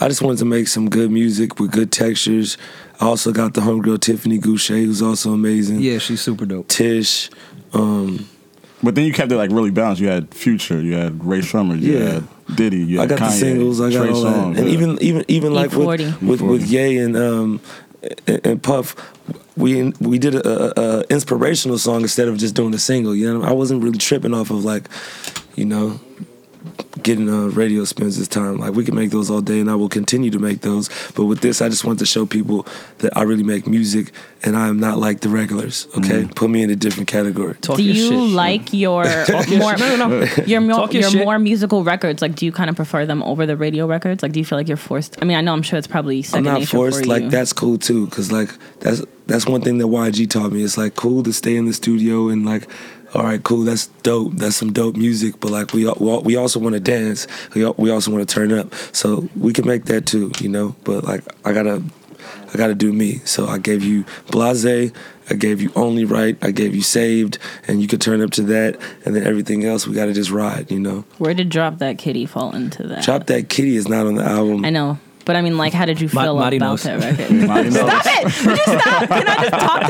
F: I just wanted to make some good music with good textures. I also got the homegirl Tiffany Goucher, who's also amazing.
A: Yeah, she's super dope.
F: Tish. Um,
C: But then you kept it like really balanced. You had Future, you had Ray Summers, you
F: Yeah.
C: had Diddy, you
F: I
C: had
F: got
C: Kanye,
F: the singles. I got
C: Trey
F: all that,
C: Songz,
F: and
C: yeah.
F: even even even like
D: E40.
F: with with, with Ye and um and, and Puff, we we did a, a, a inspirational song instead of just doing a single. You know, I wasn't really tripping off of like, you know. Getting uh, radio spins this time, like we can make those all day, and I will continue to make those. But with this, I just want to show people that I really make music, and I am not like the regulars. Okay,
C: Mm-hmm.
F: put me in a different category.
A: Talk
D: do
A: your
D: you
A: shit.
D: like your more your more
A: Talk your
D: your
A: shit.
D: more musical records? Like, do you kind of prefer them over the radio records? Like, do you feel like you're forced? I mean, I know I'm sure it's probably
F: I'm
D: second
F: not
D: nature
F: forced.
D: for
F: like
D: you.
F: that's cool too, because like that's that's one thing that YG taught me. It's like cool to stay in the studio and like, all right, cool, that's dope. That's some dope music. But like we al- we al- we also want to dance. We al- we also want to turn up. So we can make that too, you know. But like I gotta I got to do me. So I gave you Blase, I gave you Only Right, I gave you Saved, and you could turn up to that, and then everything else we got to just ride, you know.
D: Where did Drop That Kitty fall into that?
F: Chop That Kitty is not on the album.
D: I know. But I mean, like, how did you
A: Ma-
D: feel
A: Marty
D: about
A: knows.
D: that record?
C: Mighty
D: Stop it! Would you stop? Can I just talk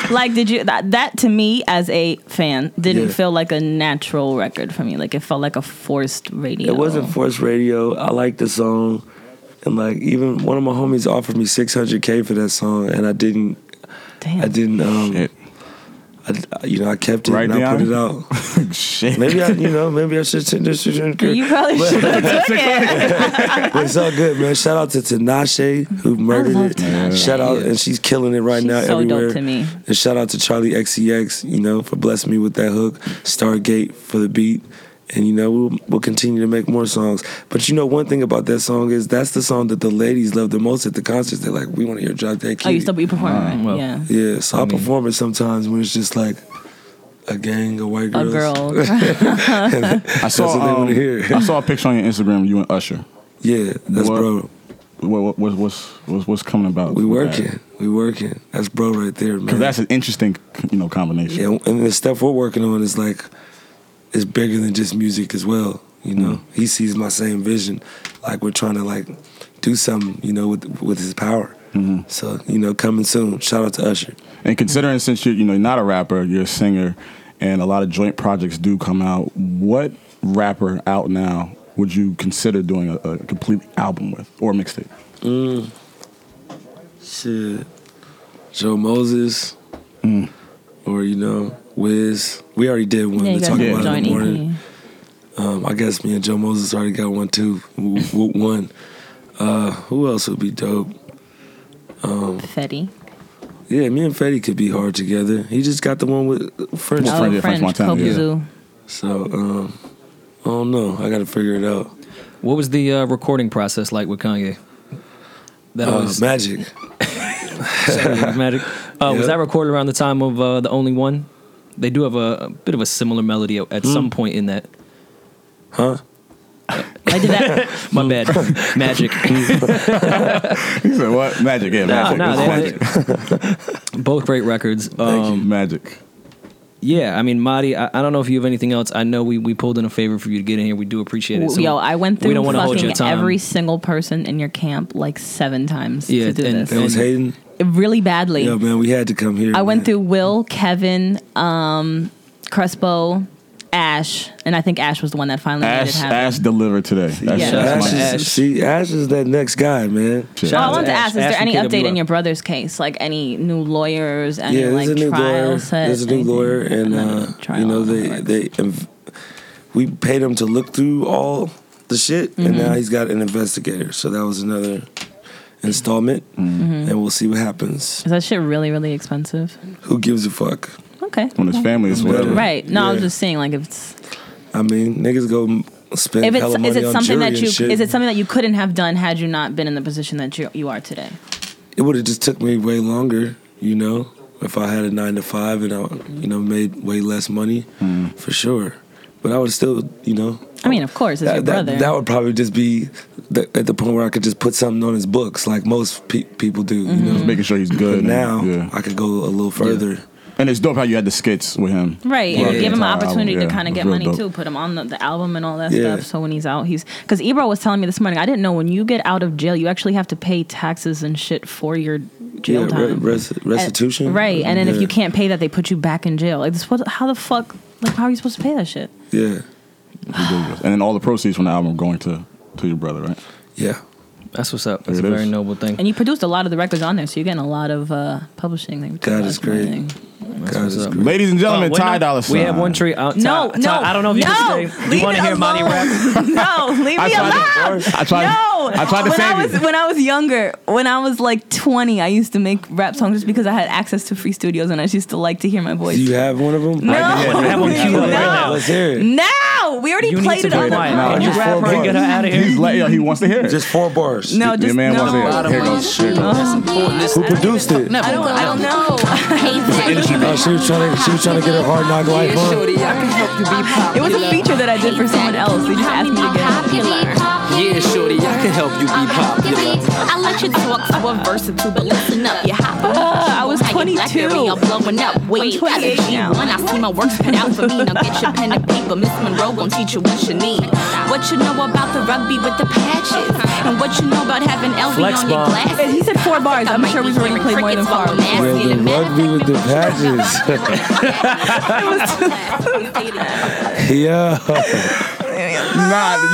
D: to him? Like, did you that, that to me as a fan didn't
F: Yeah.
D: feel like a natural record for me? Like, it felt like a forced radio.
F: It wasn't forced radio. I liked the song, and like even one of my homies offered me 600k for that song, and I didn't.
D: Damn.
F: I didn't. Um,
C: Shit.
F: I, you know, I kept it
C: Right,
F: and I put
C: Deanna?
F: it
C: (laughs)
F: out.
C: Shit.
F: Maybe I, you know, maybe I should send this.
D: You probably should have took it.
F: It's all good, man. Shout out to Tinashe who murdered
D: love
F: it.
D: Tinashe.
F: Shout out, and she's killing it right
D: She's
F: now
D: so dope
F: everywhere.
D: to me.
F: And shout out to Charlie XCX, you know, for blessing me with that hook. Stargate for the beat. And you know we'll, we'll continue to make more songs, but you know one thing about that song is that's the song that the ladies love the most at the concerts. They're like, "We want to hear drop that
D: Oh,
F: kitty."
D: you still be performing, right?
A: well.
D: yeah.
F: yeah, so I,
C: Mm-hmm.
F: perform it sometimes when it's just like a gang of white
D: A
F: girls. (laughs)
D: girl.
C: I saw,
F: what they wanna
C: um,
F: hear.
C: I saw a picture on your Instagram. You and Usher.
F: Yeah, that's
C: What-
F: bro.
C: What, what, what's- what's what's what's coming about?
F: We
C: with that?
F: working. We working. That's bro right there, man.
C: Cause that's an interesting, you know, combination.
F: yeah, and the stuff we're working on is like is bigger than just music as well. You know, he sees my same vision. Like we're trying to like do something, you know, with with his power. So you know, coming soon. Shout out to Usher.
C: And considering since you're, you know, not a rapper, you're a singer, and a lot of joint projects do come out. What rapper out now would you consider doing a, a complete album with or mixtape? (laughs)
F: Shit, Joe Moses, or you know, Wiz. We already did one.
D: yeah,
F: we
D: you guys
F: talked
D: can
F: about it
D: join
F: in
D: E
F: the morning.
D: EP.
F: Um, I guess me and Joe Moses already got one too. W- w- one. Uh, who else would be dope?
D: Fetty.
F: Yeah, me and Fetty could be hard together. He just got the one with French.
C: Well, French-
D: Oh,
C: yeah, French
D: French,
C: Montana, yeah.
D: Kokuzu.
F: So um, I don't know. I got to figure it out.
A: What was the uh, recording process like with Kanye? That
F: Uh,
A: was
F: (laughs) magic.
A: magic. Uh,
F: Yeah.
A: Was that recorded around the time of uh, the only one? They do have a, a bit of a similar melody at, at
F: Hmm.
A: some point in that.
D: I did
F: (laughs)
D: that.
A: My bad, magic.
F: Hmm.
C: He said, "What magic? Yeah,
A: Nah,
C: magic.
A: nah,
C: It's
A: they- (laughs)
C: magic.
A: Both great records.
C: Thank you,
A: Um,
C: magic.
A: yeah, I mean, Marty, I, I don't know if you have anything else. I know we, we pulled in a favor for you to get in here. We do appreciate it. So
D: Yo, I went through
A: we don't wanna hold your
D: fucking
A: time.
D: every single person in your camp like seven times
A: Yeah,
D: to do
A: and-
D: this.
F: That was
A: And-
F: Hayden.
D: really badly.
F: Yo, man, we had to come here.
D: I went
F: man.
D: through Will, Kevin, um, Crespo, Ash, and I think Ash was the one that finally made it
C: Ash,
D: happen.
C: Ash delivered today. That's,
D: Yeah.
C: that's
F: Ash
C: my
F: is,
A: Ash.
F: See, Ash is that next guy, man.
C: shit.
D: Well, Oh, I
A: Shout
D: wanted to
A: Ash.
D: ask: Is
A: Ash
D: there
A: from
D: any update
A: KWR.
D: in your brother's case? Like any new lawyers? Any
F: yeah,
D: like
F: there's a new
D: trial
F: lawyer.
D: set?
F: There's a new
D: anything?
F: lawyer, and
D: Another
F: uh,
D: trial,
F: you know they
D: whatever.
F: they inv- we paid him to look through all the shit, and
D: Mm-hmm.
F: now he's got an investigator. So that was another installment,
D: Mm-hmm.
F: and we'll see what happens.
D: is that shit really really expensive?
F: Who gives a fuck?
D: Okay.
C: When his family is whatever.
D: Right. No, I was
F: Yeah.
D: just saying like if it's
F: I mean, niggas go m- spend
D: if
F: hella
D: it's
F: money
D: is it
F: on
D: something
F: jury
D: that
F: and
D: you
F: shit.
D: is it something that you couldn't have done had you not been in the position that you you are today?
F: it would have just took me way longer, you know, if I had a nine to five and I, you know, made way less money,
C: Hmm.
F: for sure. But I would still, you know,
D: I mean, of course, it's your
F: that, that,
D: brother.
F: that would probably just be the, at the point where I could just put something on his books, like most pe- people do, you
D: Mm-hmm.
F: know.
C: Just making sure he's good.
F: But
C: and-
F: now
C: yeah.
F: I could go a little further.
C: and it's dope how you had the skits with him.
D: Right,
C: Throughout
D: and
C: the
D: give him an
C: entire
D: opportunity
C: album.
D: to
C: Yeah,
D: kind of
C: it
D: get
C: was
D: money
C: real dope.
D: too, put him on the, the album and all that
F: Yeah.
D: stuff. So when he's out, he's because Ebro was telling me this morning, I didn't know when you get out of jail, you actually have to pay taxes and shit for your jail
F: Yeah, re-
D: time,
F: res- restitution.
D: And- right? And then if
F: Yeah.
D: you can't pay that, they put you back in jail. Like this, what? How the fuck? Like how are you supposed to pay that shit?
F: yeah,
C: Ridiculous. And then all the proceeds from the album going to to your brother, right?
F: yeah.
A: That's what's up. That's a
C: There it
A: very
C: is.
A: noble thing.
D: And you produced a lot of the records on there, so you're getting a lot of uh, publishing. That we talked
F: God
D: about
F: is
D: this morning.
F: great. God
A: what's
F: is
A: up.
F: great.
C: Ladies and gentlemen,
A: Oh, wait,
C: Ty
A: no.
C: Dolla Sign.
A: We have one tree out. Ty-
D: No,
A: Ty-
D: no,
A: I don't know if you
D: no,
A: can stay. Do
D: leave
A: you want
D: it
A: to hear Monty
D: alone.
A: rap?
D: (laughs) no,
A: (laughs)
D: leave
C: I
D: me
C: tried
D: alone.
C: to, (laughs) I tried,
D: No,
C: I tried to
D: when
C: save
D: I was
C: you.
D: when I was younger, when I was like twenty, I used to make rap songs just because I had access to free studios and I just used to like to hear my voice.
F: Do you have one of them?
D: no,
A: I have one queued up right now.
F: Let's hear it.
D: no, we already
A: You need
D: played
A: to
D: it on
A: be
D: the
A: quiet.
C: No,
A: Can you
C: just
A: rap
F: four
A: her and get her
F: bars.
A: out of here?
C: He's like, yo, he wants to hear it.
F: Just four bars.
D: No,
C: Your
D: just
C: man
D: no.
C: wants to hear it. Here goes. Here goes.
F: (laughs) Who produced it?
D: I don't, I don't know.
F: Oh, she was trying to she was trying to get her hard knock life on.
D: It was a feature that I did for someone else. They just asked me to get it.
G: Yeah, shorty, I can help
F: help you be popular.
G: I let you talk to a verse or two, but listen up. You hop up.
F: Oh,
D: I was
G: Now you're black,
D: 22.
G: you're blowing up. Wait,
D: I'm 28
G: as a
D: now.
G: G1, I see my work's put out for me. Now get your pen and paper. Miss Monroe gon' teach you what you need. What you know about the rugby with the patches, and what you know about having LV
A: Flex
G: on your
A: bomb.
D: (laughs)
F: (laughs)
G: glasses. (laughs)
D: He said four bars. I'm sure we've already played more than four.
F: Where the rugby with the patches. (laughs)
G: (laughs)
F: yeah. (laughs)
C: Nah, you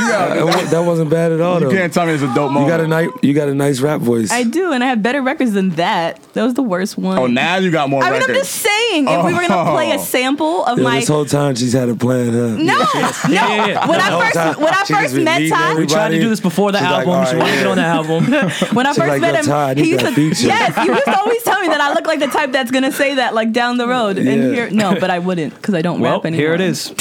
C: got.
F: That wa- that wasn't bad at all
C: You
F: though.
C: (laughs) can't tell me it's a dope moment.
F: Uh, You got a nice, you got a nice rap voice.
D: I do, and I have better records than that. That was the worst one.
C: oh, now you got more
D: I mean,
C: records.
D: I'm just saying, if we were gonna play a
C: Oh.
D: sample of
F: Yo,
D: my
F: this whole time she's had a plan, huh? (laughs)
D: no, no,
A: Yeah, yeah, yeah.
D: when
F: The whole
D: I
F: time,
D: first when I
F: she just
D: first
F: been
D: met
F: leading
D: Todd,
A: We tried to do this before the
F: She's like,
A: album. she
F: "Alright,
A: wanted to get on the
D: (laughs)
A: album.
D: when I
F: She's
D: first
F: like,
D: met
F: "Yo,
D: him,
F: Todd,
D: he
F: you
D: used
F: got
D: to
F: features."
D: yes, you used to always tell me that I look like the type that's gonna say that like down the road, and
F: Yeah.
D: here no, but I wouldn't because I don't
A: well,
D: rap anymore.
A: here it
D: (laughs)
A: is.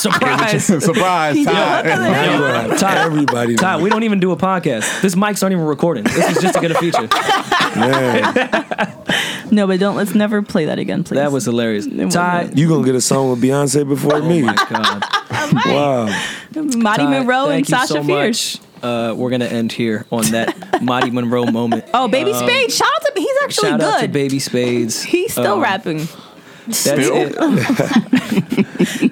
A: Surprise.
C: Surprise,
D: He did.
C: Ty.
F: Everybody,
A: Ty,
F: everybody,
A: Ty, we don't even do a podcast. This mics aren't even recording. This is just to get a feature.
F: man,
D: No, but don't let's never play that again, please.
A: That was hilarious.
D: wasn't. Oh
A: Ty.
F: you gonna get a song with Beyonce before me?
A: Oh God.
F: Wow,
D: Marty
A: Ty,
D: Monroe and
A: thank you
D: Sasha
A: so
D: Fierce.
A: much. Uh, we're gonna end here on
D: (laughs)
A: that Marty Monroe moment.
D: Oh, Baby Spade, shout out to he's actually
A: Um, Shout
D: good.
A: out to Baby Spades.
D: He's Oh still
A: Um, (laughs)
D: rapping.
A: That's
D: (laughs)
A: it.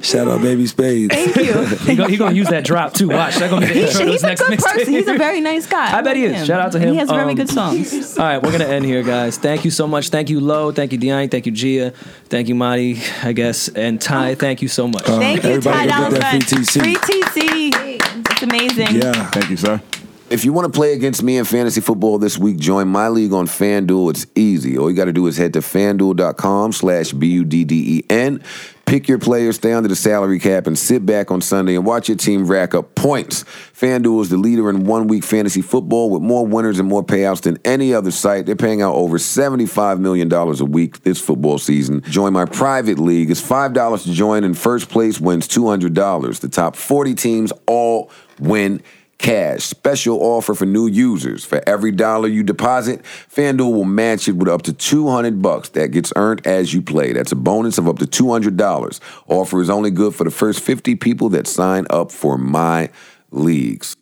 F: shout out Baby Spades.
D: Thank you.
A: He gonna, he gonna use that drop too. Watch, that's gonna be the
D: He's,
A: intro to his
D: he's a
A: next
D: good person. He's a
A: (laughs) mixtape.
D: very nice guy.
A: I bet he
D: like
A: is. Shout out to
D: And
A: him.
D: He has very
A: Um,
D: good songs.
A: All right, we're gonna end here, guys. Thank you so much. Thank you, Lo. Thank you, Deanne. Thank you, Gia. Thank you, Marty. I guess, and
D: Oh.
A: Ty. Thank you so much.
D: Thank you,
F: everybody
D: Ty
F: go
D: Dolla
F: get that
D: Sign. Free
F: FTC.
D: TC. It's amazing.
F: Yeah.
C: Thank you, sir.
H: If you want to play against me in fantasy football this week, join my league on FanDuel. It's easy. All you got to do is head to fanduel.com slash B U D D E N. Pick your players, stay under the salary cap, and sit back on Sunday and watch your team rack up points. FanDuel is the leader in one week fantasy football with more winners and more payouts than any other site. They're paying out over $75 million a week this football season. Join my private league. It's $5 to join, and first place wins $200. The top 40 teams all win cash. Special offer for new users. For every dollar you deposit, FanDuel will match it with up to 200 bucks that gets earned as you play. That's a bonus of up to $200. Offer is only good for the first 50 people that sign up for my leagues.